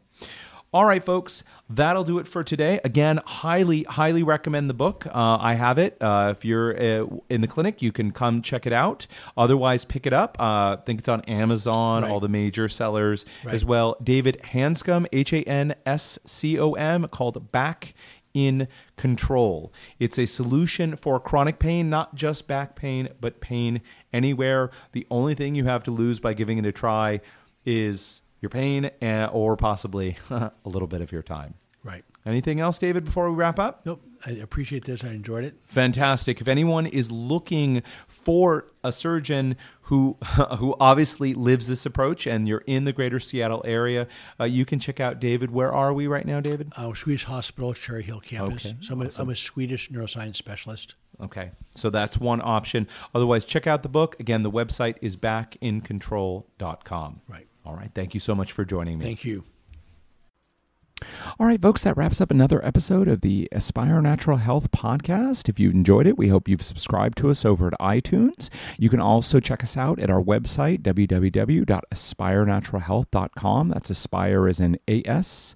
All right, folks, that'll do it for today. Again, highly, highly recommend the book. Uh, I have it. Uh, if you're uh, in the clinic, you can come check it out. Otherwise, pick it up. Uh, I think it's on Amazon,
Right.
all the major sellers
Right.
as well. David Hanscom, H A N S C O M, called Back in Control. It's a solution for chronic pain, not just back pain, but pain anywhere. The only thing you have to lose by giving it a try is your pain eh, or possibly (laughs) a little bit of your time.
Right.
Anything else, David, before we wrap up?
Nope. I appreciate this. I enjoyed it.
Fantastic. If anyone is looking for a surgeon who (laughs) who obviously lives this approach and you're in the greater Seattle area, uh, you can check out David. Where are we right now, David?
Uh, Swedish Hospital, Cherry Hill campus.
Okay,
so I'm, a, I'm a Swedish neuroscience specialist.
Okay. So that's one option. Otherwise, check out the book. Again, the website is backincontrol.com.
Right.
All right. Thank you so much for joining me.
Thank you.
All right, folks, that wraps up another episode of the Aspire Natural Health podcast. If you enjoyed it, we hope you've subscribed to us over at iTunes. You can also check us out at our website, www.aspirenaturalhealth.com. That's Aspire as in A S.